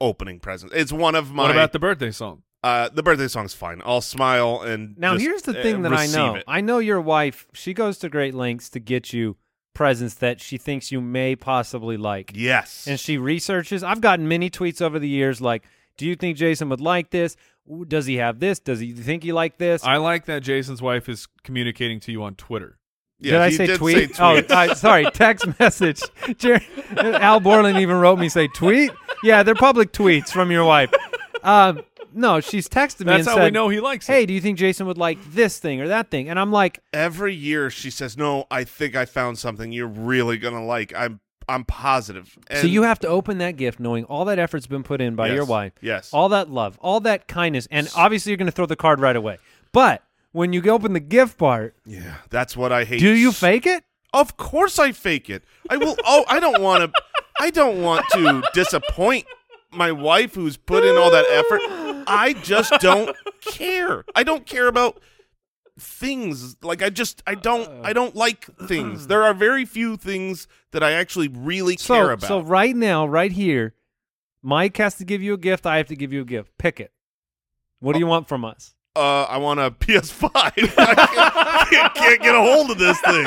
opening presents. It's one of my what about the birthday song? uh, the birthday song's fine. I'll smile and Now just, here's the uh, thing that I receive know. it. I know your wife. She goes to great lengths to get you presents that she thinks you may possibly like. yes, and she researches. I've gotten many tweets over the years like, "Do you think Jason would like this? Ooh, Does he have this? Does he think he like this?" I like that Jason's wife is communicating to you on Twitter. Yeah, did I he say did tweet? tweet. Oh, I, sorry, text message. Jer- Al Borland even wrote me say tweet. Yeah, they're public tweets from your wife. Um, no, she's texted me That's and how said, we know he likes "Hey, it. do you think Jason would like this thing or that thing?" And I'm like, Every year she says, "No, I think I found something you're really gonna like." I'm I'm positive. "So And you have to open that gift knowing all that effort's been put in by Yes, your wife, yes. all that love, all that kindness, and obviously you're going to throw the card right away." But when you open the gift part, yeah, that's what I hate. do you fake it? Of course I fake it. I will. Oh, I don't want to. I don't want to disappoint my wife, who's put in all that effort. I just don't care. I don't care about things. Like I just, I don't, I don't like things. There are very few things that I actually really So, care about. so right now, right here, Mike has to give you a gift. I have to give you a gift. Pick it. What do Oh. you want from us? uh, I want a PS5. I can't, I can't get a hold of this thing.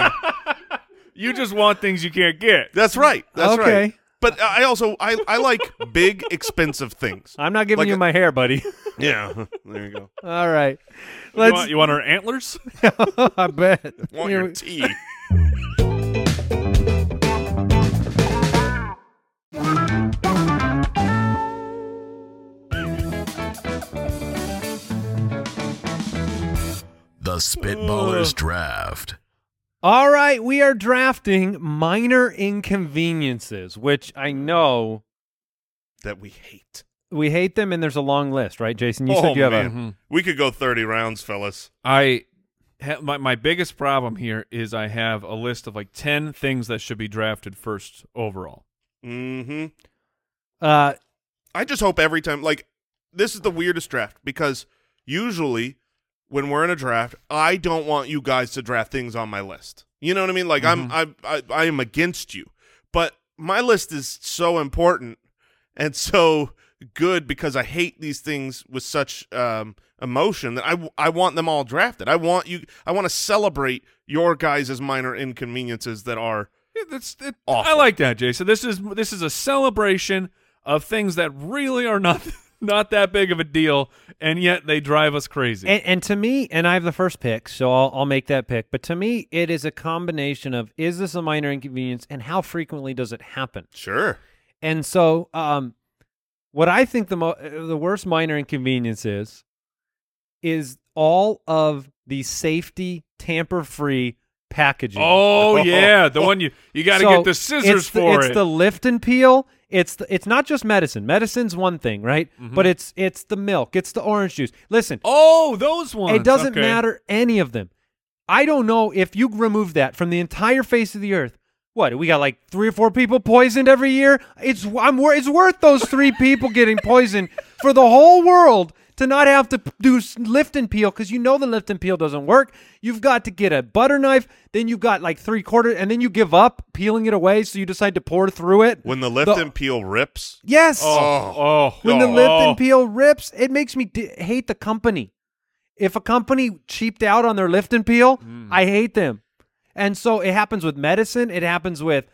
You just want things you can't get. That's right. That's Okay. right. But I also I, I like big expensive things. I'm not giving Like you a- my hair, buddy. Yeah. There you go. All right, You let's. want, you want her antlers? I bet. Want Here your we- tea? The Spitballers Draft. All right, we are drafting minor inconveniences, which I know that we hate. we hate them, and there's a long list, right, Jason? You Oh, said you have man. We could go 30 rounds, fellas. I ha- my my biggest problem here is I have a list of like ten things that should be drafted first overall. hmm a. Uh, I just hope every time, like, this is the weirdest draft because usually when we're in a draft, I don't want you guys to draft things on my list. You know what I mean? Like, I'm, Mm-hmm. I, I, I am against you, but my list is so important and so good because I hate these things with such um, emotion that I, w- I want them all drafted. I want you, I want to celebrate your guys' minor inconveniences that are Yeah, that's it, I Awful. like that, Jason. This is this is a celebration of things that really are not not that big of a deal, and yet they drive us crazy. And, and to me, and I have the first pick, so I'll, I'll make that pick. But to me, it is a combination of is this a minor inconvenience and how frequently does it happen? sure. And so, um, what I think the mo- uh, the worst minor inconvenience is is all of the safety tamper free packaging. oh yeah, the one you you got to So get the scissors it's the, for it's it. the lift and peel. It's the, it's not just medicine. Medicine's one thing, right? Mm-hmm. But it's it's the milk. It's the orange juice. Listen, oh, those ones. it doesn't Okay. matter any of them. I don't know if you remove that from the entire face of the earth. What we got like three or four people poisoned every year. It's I'm wor- it's worth those three people getting poisoned for the whole world to not have to p- do s- lift and peel because you know the lift and peel doesn't work. You've got to get a butter knife. Then you've got like three quarter, and then you give up peeling it away. So you decide to pour through it. When the lift The- and peel rips, yes, Oh, oh, when the oh. lift and peel rips, it makes me d- hate the company. If a company cheaped out on their Mm. lift and peel, I hate them. And so it happens with medicine. It happens with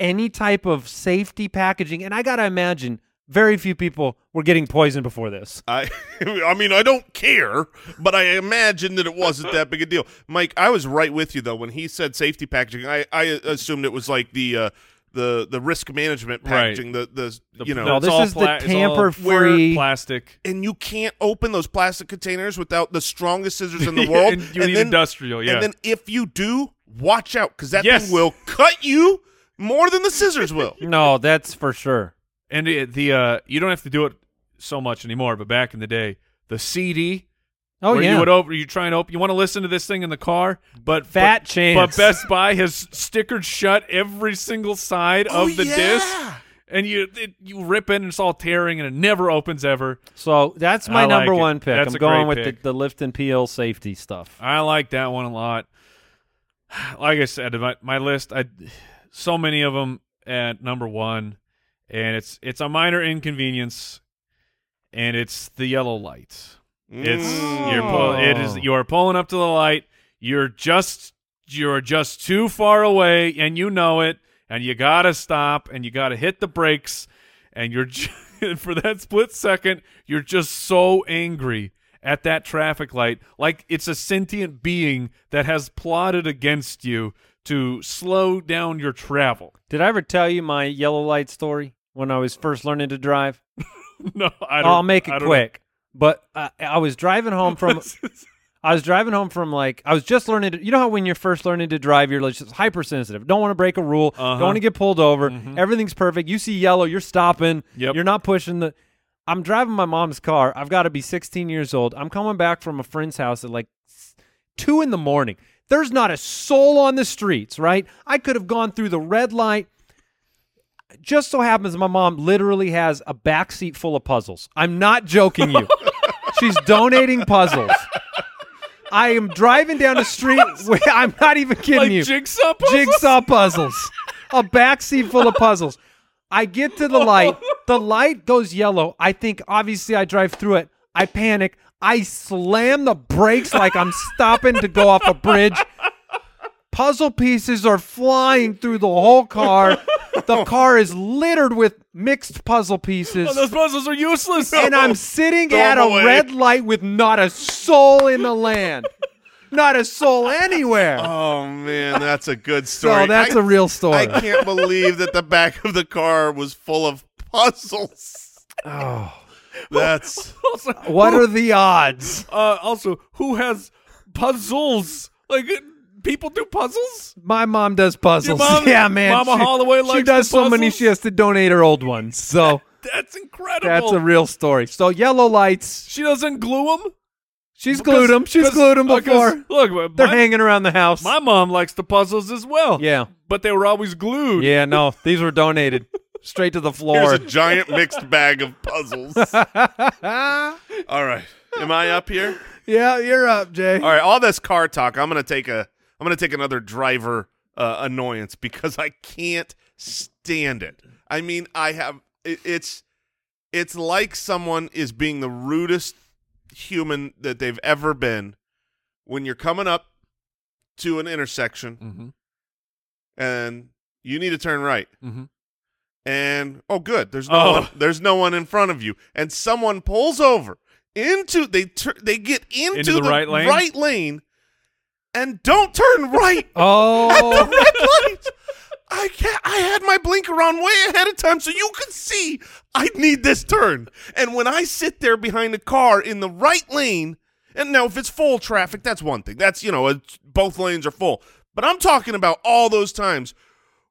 any type of safety packaging, and I gotta imagine very few people were getting poisoned before this. I, I mean, I don't care, but I imagine that it wasn't that big a deal. Mike, I was right with you though when he said safety packaging. I, I assumed it was like the uh, the the risk management packaging, the the you know, No, it's this all is the pla- it's all tamper-free- weird plastic. and you can't open those plastic containers without the strongest scissors in the Yeah, world. and you need industrial, yeah. And then if you do, watch out because that Yes. thing will cut you more than the scissors will. No, that's for sure. And it, the uh, you don't have to do it so much anymore, but back in the day, the CD. Oh, where yeah. you would over you try and open you want to listen to this thing in the car, but Fat but, But chance. Best Buy has stickered shut every single side Oh, of the yeah. disc, and you it, you rip it and it's all tearing and it never opens ever. So that's my I like number it. one pick. That's I'm a going great with pick. The, the lift and peel safety stuff. I like that one a lot. Like I said, my, my list, I so many of them at number one, and it's it's a minor inconvenience, and it's the yellow light. It's you're pull, it is you are pulling up to the light. You're just you're just too far away, and you know it, and you gotta stop, and you gotta hit the brakes, and you're ju- and for that split second, you're just so angry at that traffic light, like it's a sentient being that has plotted against you to slow down your travel. Did I ever tell you my yellow light story when I was first learning to drive? no, I don't. I'll make I it don't- quick. But uh, I was driving home from. I was driving home from like I was just learning. To, you know how when you're first learning to drive, you're like just hypersensitive. Don't want to break a rule. Don't Uh-huh. Mm-hmm. want to get pulled over. Everything's perfect. You see yellow, you're stopping. Yep. You're not pushing the. I'm driving my mom's car. I've got to be 16 years old. I'm coming back from a friend's house at like s- two in the morning. There's not a soul on the streets, right? I could have gone through the red light just so happens my mom literally has a backseat full of puzzles. I'm not joking you. She's donating puzzles. I am driving down the street. With, I'm not even kidding Like you. jigsaw puzzles? Jigsaw puzzles. A backseat full of puzzles. I get to the light. The light goes yellow. I think obviously I drive through it. I panic. I slam the brakes like I'm stopping to go off a bridge puzzle pieces are flying through the whole car. The car is littered with mixed puzzle pieces. Oh, those puzzles are useless. and I'm sitting Throw at a them away. red light with not a soul in the land. Not a soul anywhere. Uh, Oh man, that's a good story. so that's a a real story. I can't believe that the back of the car was full of puzzles. Oh, that's also, what are the odds? uh, also who has puzzles? Like uh, people do puzzles. My mom does puzzles. mom- yeah, man. Mama she, Holloway likes She the does so many. puzzles? She has to donate her old ones. So That's incredible. that's a real story. So yellow lights. She doesn't glue them. She's glued them. She's glued them before. Look, They're uh, my, hanging around the house. my mom likes the puzzles as well. Yeah. but they were always glued. Yeah, no, these were donated straight to the here's floor. a giant mixed bag of puzzles. All right, am I up here? yeah, you're up, Jay. All right, all this car talk. I'm gonna take a. I'm gonna take another driver uh, annoyance because I can't stand it. I mean, I have. It, it's. It's like someone is being the rudest human that they've ever been when you're coming up to an intersection Mm-hmm. Mhm. and you need to turn right. Mhm. And oh, good. There's no Oh. one, there's no one in front of you, and someone pulls over into they tur- they get into, Into the right lane? lane and don't turn right at the Oh, red light. I can't, I had my blinker on way ahead of time so you could see I need this turn. And when I sit there behind the car in the right lane, and now if it's full traffic, that's one thing. That's, you know, it's, both lanes are full. But I'm talking about all those times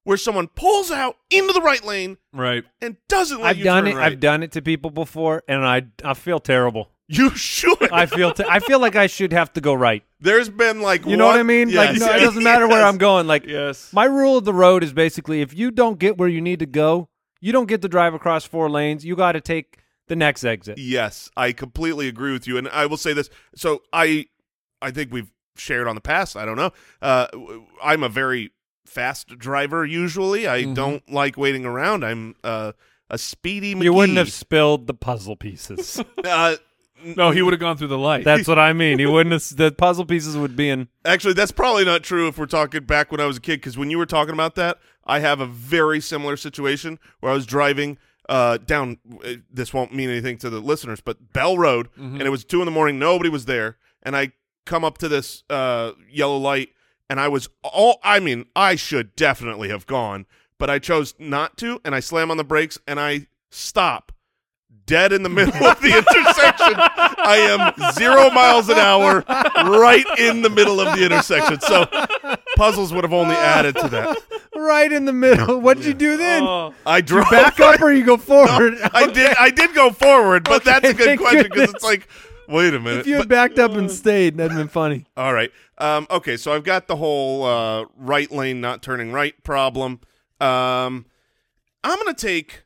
where someone pulls out into the right lane Right. and doesn't let I've you done turn it. right. I've done it to people before, and I I feel terrible. You should. I feel te- I feel like I should have to go right. There's been like You know what I one- mean? Like Yes. no, it doesn't matter where Yes. I'm going. Like Yes. my rule of the road is basically if you don't get where you need to go, you don't get to drive across four lanes. You got to take the next exit. Yes, I completely agree with you, and I will say this. So I, I think we've shared on the past. I don't know. Uh, w- I'm a very fast driver usually. Mm-hmm. I don't like waiting around. I'm uh, a speedy. You wouldn't McGee. have spilled the puzzle pieces. Uh, No, he would have gone through the light. That's what I mean. You wouldn't have. s- The puzzle pieces would be in. actually, that's probably not true if we're talking back when I was a kid. Because when you were talking about that, I have a very similar situation where I was driving uh, down. uh, This won't mean anything to the listeners, but Bell Road, and it was two in the morning. Nobody was there, and I come up to this uh, yellow light, and I was all. I mean, I should definitely have gone, but I chose not to, and I slam on the brakes and I stop dead in the middle of the intersection. I am zero miles an hour, right in the middle of the intersection. So puzzles would have only added to that. right in the middle. What did you do then? I you drove back up or you go forward? Oh. I did. I did go forward, but that's a Okay, good thank question because goodness. it's like, wait a minute. If you had but- uh, backed up and stayed, that'd been funny. all right. Um, okay. So I've got the whole uh, right lane not turning right problem. Um, I'm gonna take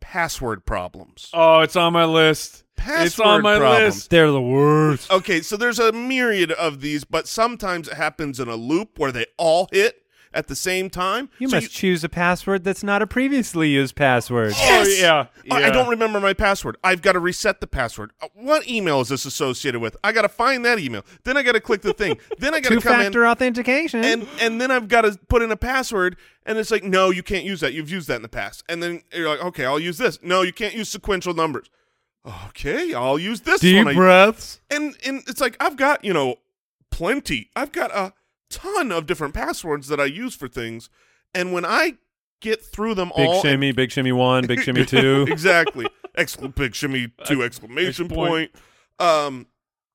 password problems. Oh, it's on my list. it's Password on my problems. list. They're the worst. Okay, so there's a myriad of these, but sometimes it happens in a loop where they all hit at the same time. You So must choose a password that's not a previously used password. Yes! Oh, yeah, I- I yeah. don't remember my password. I've got to reset the password. Uh, What email is this associated with? I got to find that email. Then I got to click the thing. Then I got to Two come factor in authentication. and and then I've got to put in a password and it's like, "No, you can't use that. You've used that in the past." And then you're like, "Okay, I'll use this." No, you can't use sequential numbers. Okay, I'll use this one. I- breaths. and and it's like I've got you know plenty. I've got a ton of different passwords that I use for things, and when I get through them Big all, shimmy, big shimmy one, big shimmy two. exactly, Excl- big shimmy two exclamation point. point. Um,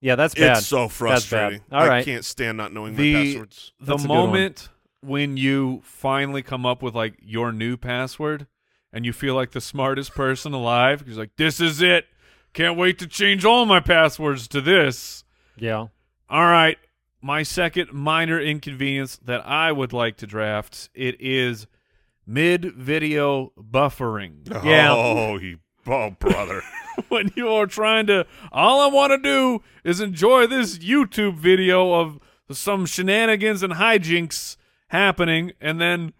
Yeah, that's bad. it's so frustrating. That's bad. All I right. can't stand not knowing my the passwords. the That's a good one. moment when you finally come up with like your new password and you feel like the smartest person alive because like this is it can't wait to change all my passwords to this Yeah. all right my second minor inconvenience that i would like to draft it is mid video buffering Yeah. Oh, he, oh brother. when you are trying Oh. to all I want to do is enjoy this YouTube video of some shenanigans and hijinks happening and then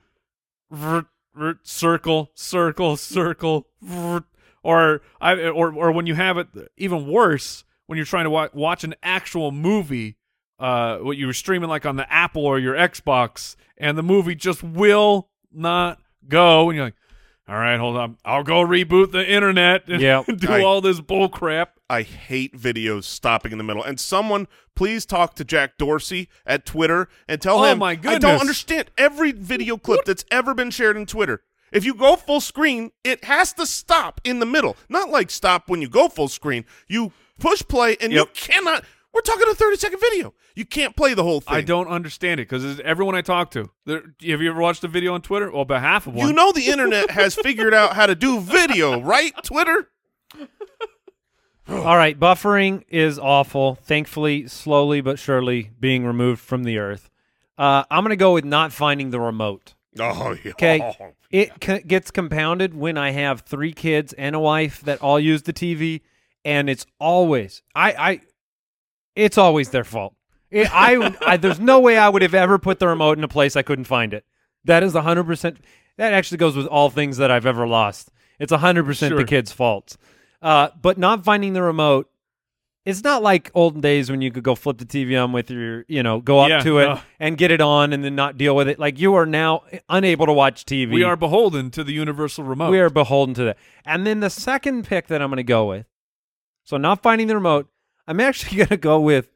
vrt, vrt, circle circle circle vrt, or I or or when you have it even worse when you're trying to wa- watch an actual movie uh what you were streaming like on the Apple or your Xbox and the movie just will not go and you're like all right, hold on. I'll go reboot the internet and Yep. do I- all this bull crap. I hate videos stopping in the middle. And someone, please talk to Jack Dorsey at Twitter and tell Oh him my I goodness. don't understand every video clip that's ever been shared in Twitter. If you go full screen, it has to stop in the middle. Not like stop when you go full screen. You push play and you Yep. cannot. We're talking a 30 second video. You can't play the whole thing. I don't understand it because everyone I talk to, there, have you ever watched a video on Twitter? Well, about half of one. You know the internet has figured out how to do video, right? Twitter? All right, buffering is awful. Thankfully, slowly but surely being removed from the earth. Uh, I'm going to go with not finding the remote. Oh, yeah. Okay. It c- gets compounded when I have three kids and a wife that all use the TV, and it's always I I, it's always their fault. It, I, I there's no way I would have ever put the remote in a place I couldn't find it. That is hundred percent. That actually goes with all things that I've ever lost. It's hundred percent the Sure. kids' fault. Uh, but not finding the remote, it's not like olden days when you could go flip the TV on with your you know go up Yeah, to it no. and get it on and then not deal with it. Like you are now unable to watch TV. we are beholden to the universal remote. we are beholden to that. And then the second pick that I'm going to go with, so not finding the remote, I'm actually going to go with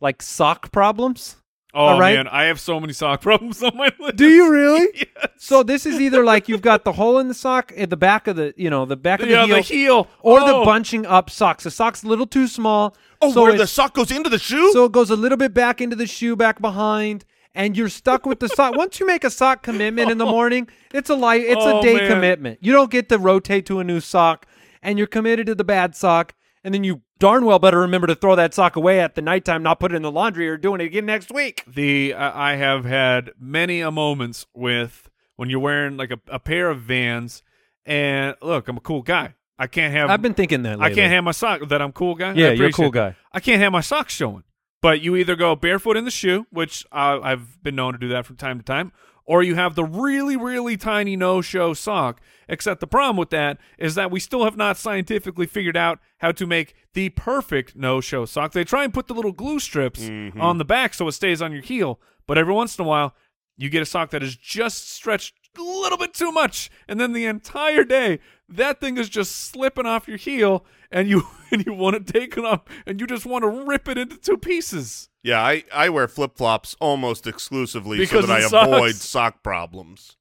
like sock problems. oh all right. man, I have so many sock problems on my list. Do you really? Yes. So this is either like you've got the hole in the sock at the back of the you know the back of the yeah, heel the heel or Oh. the bunching up socks. The sock's a little too small. Oh, so where the it's- sock goes into the shoe? So it goes a little bit back into the shoe, back behind, and you're stuck with the sock. Once you make a sock commitment in the morning, it's a life, it's Oh, a day man. commitment. You don't get to rotate to a new sock, and you're committed to the bad sock. And then you darn well better remember to throw that sock away at the nighttime, not put it in the laundry, or doing it again next week. the I I have had many a moments with when you're wearing like a, a pair of Vans and look, I'm a cool guy. I can't have I've been thinking that. I Lately. can't have my sock that I'm cool guy. I Yeah, you're a appreciate cool it. guy. I can't have my socks showing. But you either go barefoot in the shoe, which I, I've been known to do that from time to time, or you have the really, really tiny no-show sock. Except the problem with that is that we still have not scientifically figured out how to make the perfect no-show Mm-hmm. sock. They try and put the little glue strips on the back so it stays on your heel, but every once in a while You get a sock that is just stretched a little bit too much, and then the entire day that thing is just slipping off your heel, and you and you want to take it off, and you just want to rip it into two pieces. Yeah, I, I wear flip flops almost exclusively Because so that I it sucks. avoid sock problems.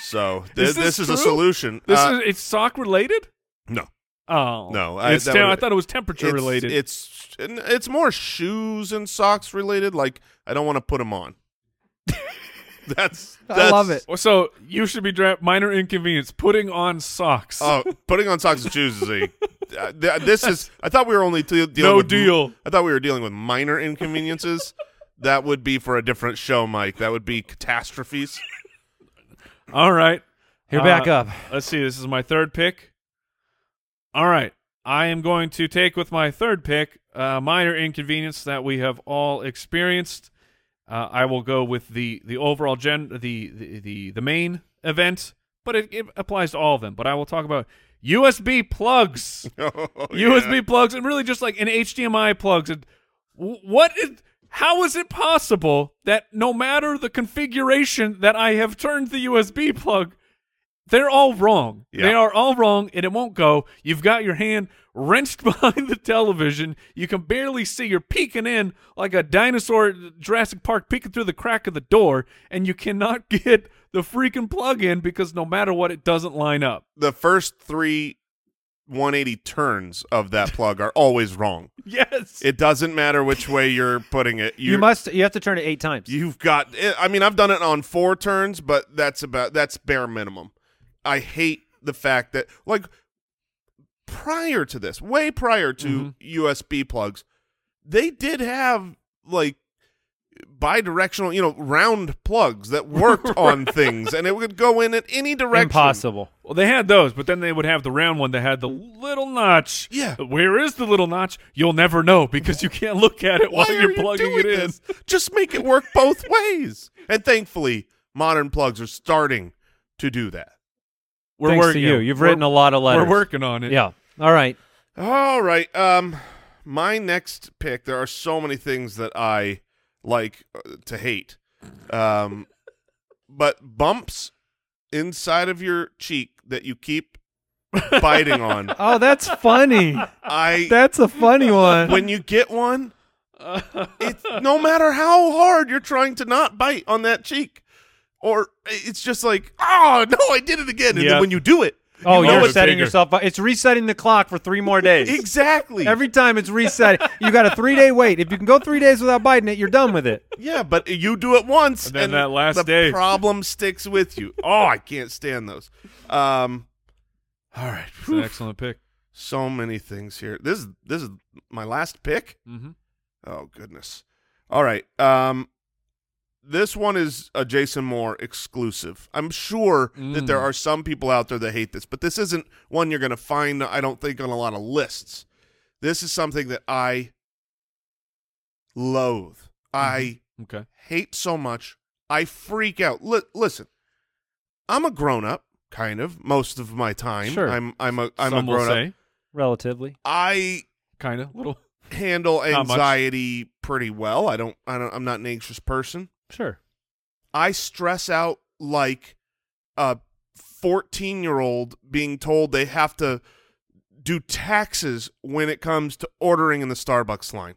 so th- Is this, this is true? a solution. This Uh, is it's sock related. no, Oh no. It's that tem- would- I thought it was temperature it's- related. It's and it's more shoes and socks related. Like I don't want to put them on. that's, that's I love it. so you should be dra- minor inconvenience putting on socks. Oh, putting on socks and shoes is a. Uh, th- this is. I thought we were only te- dealing No with deal. I thought we were dealing with minor inconveniences. that would be for a different show, Mike. That would be catastrophes. All right. Uh, Here, back up. Let's see. This is my third pick. All right. I am going to take with my third pick a minor inconvenience that we have all experienced. Uh, I will go with the the overall gen the the the, the main event, but it, it applies to all of them. But I will talk about USB plugs. Oh, USB plugs and really just like an HDMI plugs and wh- what is how is it possible that no matter the configuration that I have turned the USB plug they're all wrong. Yeah. They are all wrong and it won't go. You've got your hand wrenched behind the television. You can barely see. You're peeking in like a dinosaur at Jurassic Park peeking through the crack of the door and you cannot get the freaking plug in because no matter what it doesn't line up. The first three 180 turns of that plug are always wrong. Yes. It doesn't matter which way you're putting it. You must. You have to turn it eight times. You've got. eh, I mean, I've done it on four turns, but that's about that's bare minimum. I hate the fact that like prior to this, way prior to Mm-hmm. USB plugs, they did have like bi-directional, you know, round plugs that worked on things, and it would go in at any direction. Impossible. Well, they had those, but then they would have the round one that had the little notch. Yeah. Where is the little notch? You'll never know because you can't look at it Why while are you're you plugging doing it in. this? Just make it work both ways. And thankfully, modern plugs are starting to do that. We're Thanks working to you. on it. You've We're- written a lot of letters. We're working on it. Yeah. All right. All right. Um, my next pick. There are so many things that I like uh, to hate. Um, but bumps inside of your cheek that you keep biting on. Oh, that's funny. I that's a funny one. when you get one, it's no matter how hard you're trying to not bite on that cheek, or it's just like, oh no, I did it again. And Yeah. then when you do it, oh, you know you're it's setting bigger. yourself up. It's resetting the clock for three more days. exactly. Every time it's reset, you got a three day wait. If you can go three days without biting it, you're done with it. Yeah, but you do it once, And then that last the day. problem sticks with you. Oh, I can't stand those. Um, all right, It's an excellent pick. so many things here. This is this is my last pick. Mm-hmm. Oh goodness. All right. Um, this one is a Jason Moore exclusive. I'm sure that there Mm. are some people out there that hate this, but this isn't one you're going to find. I don't think on a lot of lists. This is something that I loathe. Mm-hmm. I Okay. hate so much. I freak out. Li- listen, I'm a grown up, kind of. Most of my time, Sure. I'm I'm a I'm Some a will grown up. say, Relatively. I kind of little. handle Not much. anxiety pretty well. I don't. I don't. I'm not an anxious person. Sure. I stress out like a 14 year old being told they have to do taxes when it comes to ordering in the Starbucks line.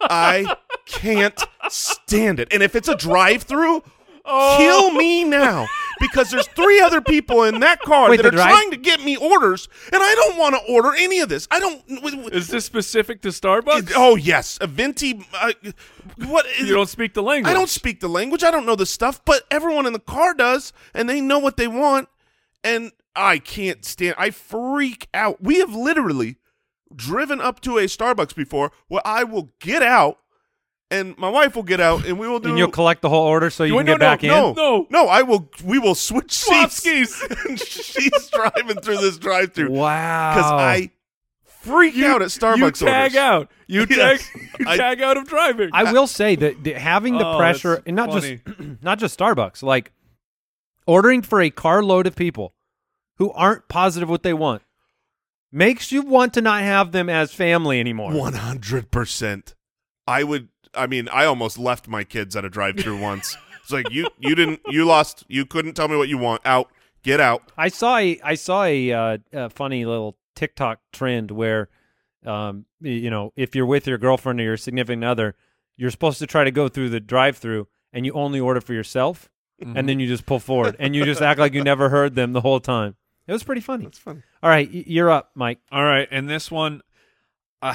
I can't stand it. And if it's a drive through, Oh. kill me now because there's three other people in that car Wait, that the are drive- trying to get me orders, and I don't want to order any of this. I don't. w- w- Is this specific to Starbucks? it- oh yes, a venti. Uh, what is, you don't speak the language. I don't speak the language. I don't know the stuff, but everyone in the car does, and they know what they want. And I can't stand. I freak out. We have literally driven up to a Starbucks before where I will get out, and my wife will get out, and we will do. And you'll collect the whole order so you Wait, can no, get no, back in. No. no, no, no! I will. We will switch Swap seats. skis. and she's driving through this drive-through Wow. because I freak out at Starbucks. You tag orders. out. You tag. Yes. You I- tag out of driving. I will say that, that having the Oh, pressure, that's and not funny. just not just Starbucks, like ordering for a carload of people who aren't positive what they want, makes you want to not have them as family anymore. One hundred percent. I would. I mean, I almost left my kids at a drive-through once. It's like you you didn't you lost. You couldn't tell me what you want. Out. Get out. I saw a I saw a, uh, a funny little TikTok trend where, um, y- you know, if you're with your girlfriend or your significant other, you're supposed to try to go through the drive-through and you only order for yourself, and Mm-hmm. then you just pull forward and you just act like you never heard them the whole time. It was pretty funny. That's funny. All right, y- you're up, Mike. All right, and this one, uh,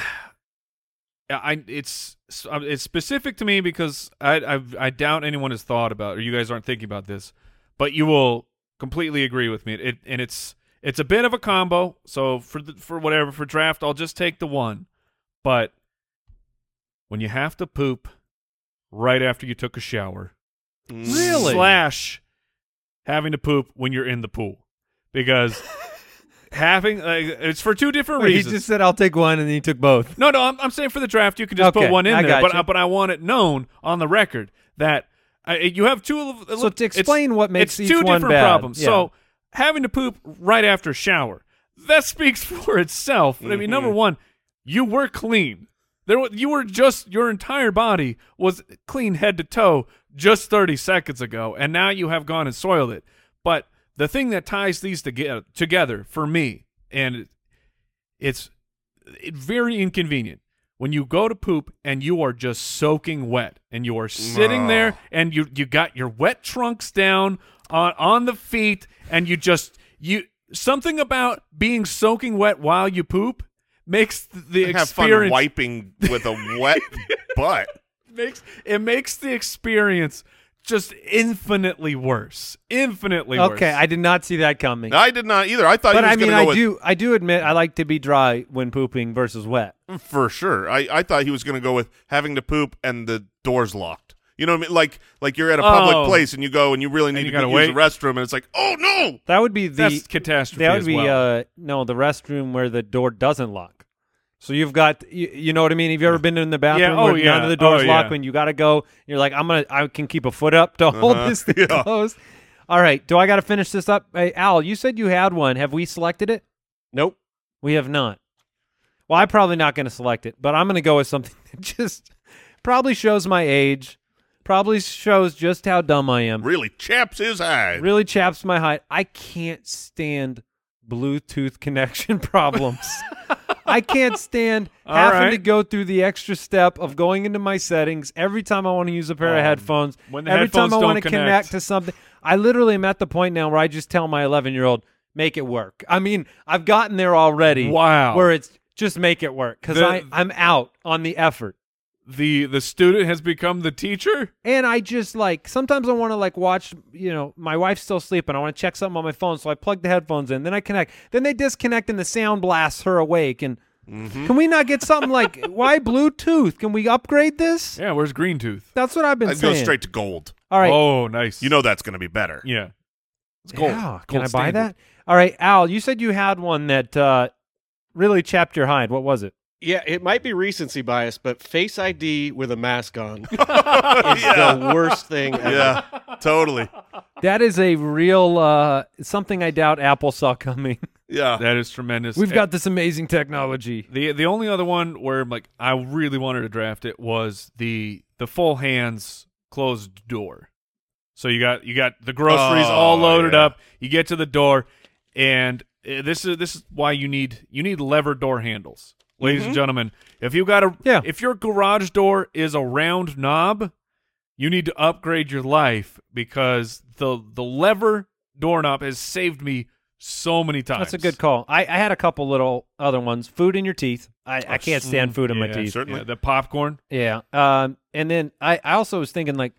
I it's um, it's specific to me because I I've, I doubt anyone has thought about or you guys aren't thinking about this, but you will completely agree with me. It and it's it's a bit of a combo. So for the, for whatever for draft, I'll just take the one. But when you have to poop right after you took a shower, Really? slash having to poop when you're in the pool because. Having like it's for two different Wait, he reasons. just said I'll take one, and then he took both. No, no, I'm, I'm saying for the draft, you can just Okay, put one in I there, but gotcha. I, but I want it known on the record that uh, you have two. of- So to it's- explain what makes it's each two one different bad, problems. yeah. So having to poop right after shower that speaks for itself. I mean, Mm-hmm. number one, you were clean. There, wa- you were just your entire body was clean head to toe just 30 seconds ago, and now you have gone and soiled it. But the thing that ties these together, together for me, and it's it, very inconvenient when you go to poop and you are just soaking wet and you are sitting Ugh. there and you you got your wet trunks down on on the feet and you just you something about being soaking wet while you poop makes the Have fun experience wiping with a wet butt. makes it makes the experience just infinitely worse infinitely worse Okay, I did not see that coming. I did not either. I thought but he was I mean, gonna I go with do I do admit I like to be dry when pooping versus wet. for sure. I, I thought he was going to go with having to poop and the doors locked. You know what I mean? Like like you're at a public Oh. place and you go and you really need you to gotta go use wait. the restroom and it's like, oh no, That would be the that's catastrophe That would as be well. uh no the restroom where the door doesn't lock. So you've got you, you know what I mean. Have you ever been in the bathroom oh, where none yeah. of the doors Oh, lock yeah. when you got to go? You're like I'm gonna I can keep a foot up to hold Uh-huh. this thing Yeah. closed. All right, do I got to finish this up? Hey, Al, you said you had one. Have we selected it? Nope. We have not. Well, I'm probably not going to select it, but I'm going to go with something that just probably shows my age, probably shows just how dumb I am. really chaps his eye. Really chaps my height. I can't stand Bluetooth connection problems. I can't stand All having right. to go through the extra step of going into my settings every time I want to use a pair of Um, headphones. when the every headphones time I don't want to connect. to something. I literally am at the point now where I just tell my 11 year old, make it work. I mean, I've gotten there already. Wow. Where it's just make it work because The- I'm out on the effort. the the student has become the teacher And I just like sometimes I want to like watch, you know, my wife's still sleeping. I want to check something on my phone, so I plug the headphones in. Then I connect. Then they disconnect, and the sound blasts her awake. And Mm-hmm. can we not get something like why Bluetooth? Can we upgrade this? yeah where's green tooth That's what I've been I'd go saying. straight to gold. All right, oh nice You know that's going to be better. yeah it's Yeah, gold. Can Gold I buy standard. that? All right, Al, you said you had one that uh, really chapped your hide. What was it? Yeah, it might be recency bias, but Face ID with a mask on is yeah, the worst thing ever. yeah, totally. That is a real uh, something I doubt Apple saw coming. Yeah, That is tremendous. eh. We've got this amazing technology. the the only other one where like I really wanted to draft it was the the full hands closed door. So you got you got the groceries Oh, all loaded yeah. up. You get to the door, and uh, this is this is why you need you need lever door handles, ladies and gentlemen. If you got a Yeah. if your garage door is a round knob, you need to upgrade your life because the the lever doorknob has saved me so many times. That's a good call. I, I had a couple little other ones. Food in your teeth. I, Oh, I can't stand food in my Mm, Yeah, teeth. certainly. yeah, the popcorn. Yeah. Um, and then I, I also was thinking like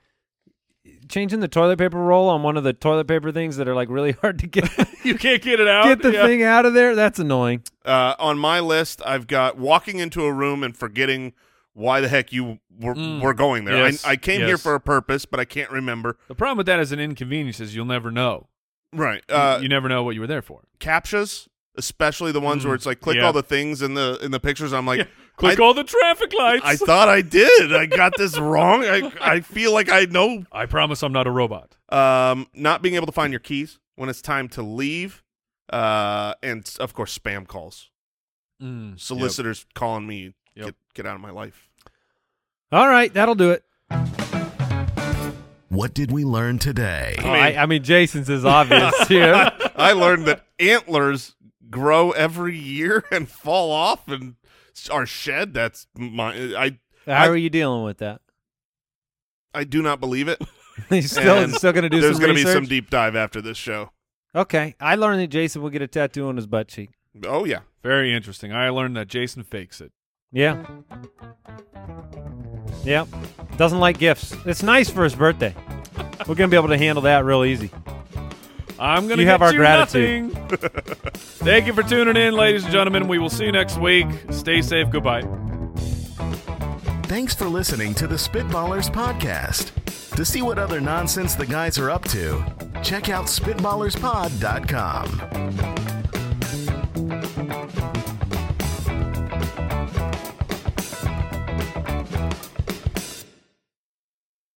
changing the toilet paper roll on one of the toilet paper things that are like really hard to get Oh, you can't get it out. get the Yeah. thing out of there. That's annoying. Uh, on my list, I've got walking into a room and forgetting why the heck you were, were going there. Mm. Yes, I, I came here yes. for a purpose, but I can't remember. The problem with that is an inconvenience is you'll never know. Right. You- Uh, you never know what you were there for. captchas, especially the ones Mm, where it's like click yeah. all the things in the in the pictures. I'm like, Yeah. Click I, all the traffic lights. I thought I did. I got this wrong. I I feel like I know. I promise I'm not a robot. Um, not being able to find your keys when it's time to leave, uh, and s- of course spam calls, Mm. solicitors calling me. Yep. Get get out of my life. All right, that'll do it. What did we learn today? Oh, I, I mean, Jason's is obvious here. I learned that antlers grow every year and fall off and are shed. That's my. I How are you dealing with that? I do not believe it. He's still, And still going to do There's some gonna be research? some deep dive after this show. Okay, I learned that Jason will get a tattoo on his butt cheek. Oh yeah. Very interesting. I learned that Jason fakes it. Yeah. Yeah. Doesn't like gifts. It's nice for his birthday. We're going to be able to handle that real easy. I'm gonna You have get our gratitude. nothing. Thank you for tuning in, ladies and gentlemen. We will see you next week. Stay safe. Goodbye. Thanks for listening to the Spitballers Podcast. To see what other nonsense the guys are up to, check out SpitballersPod.com.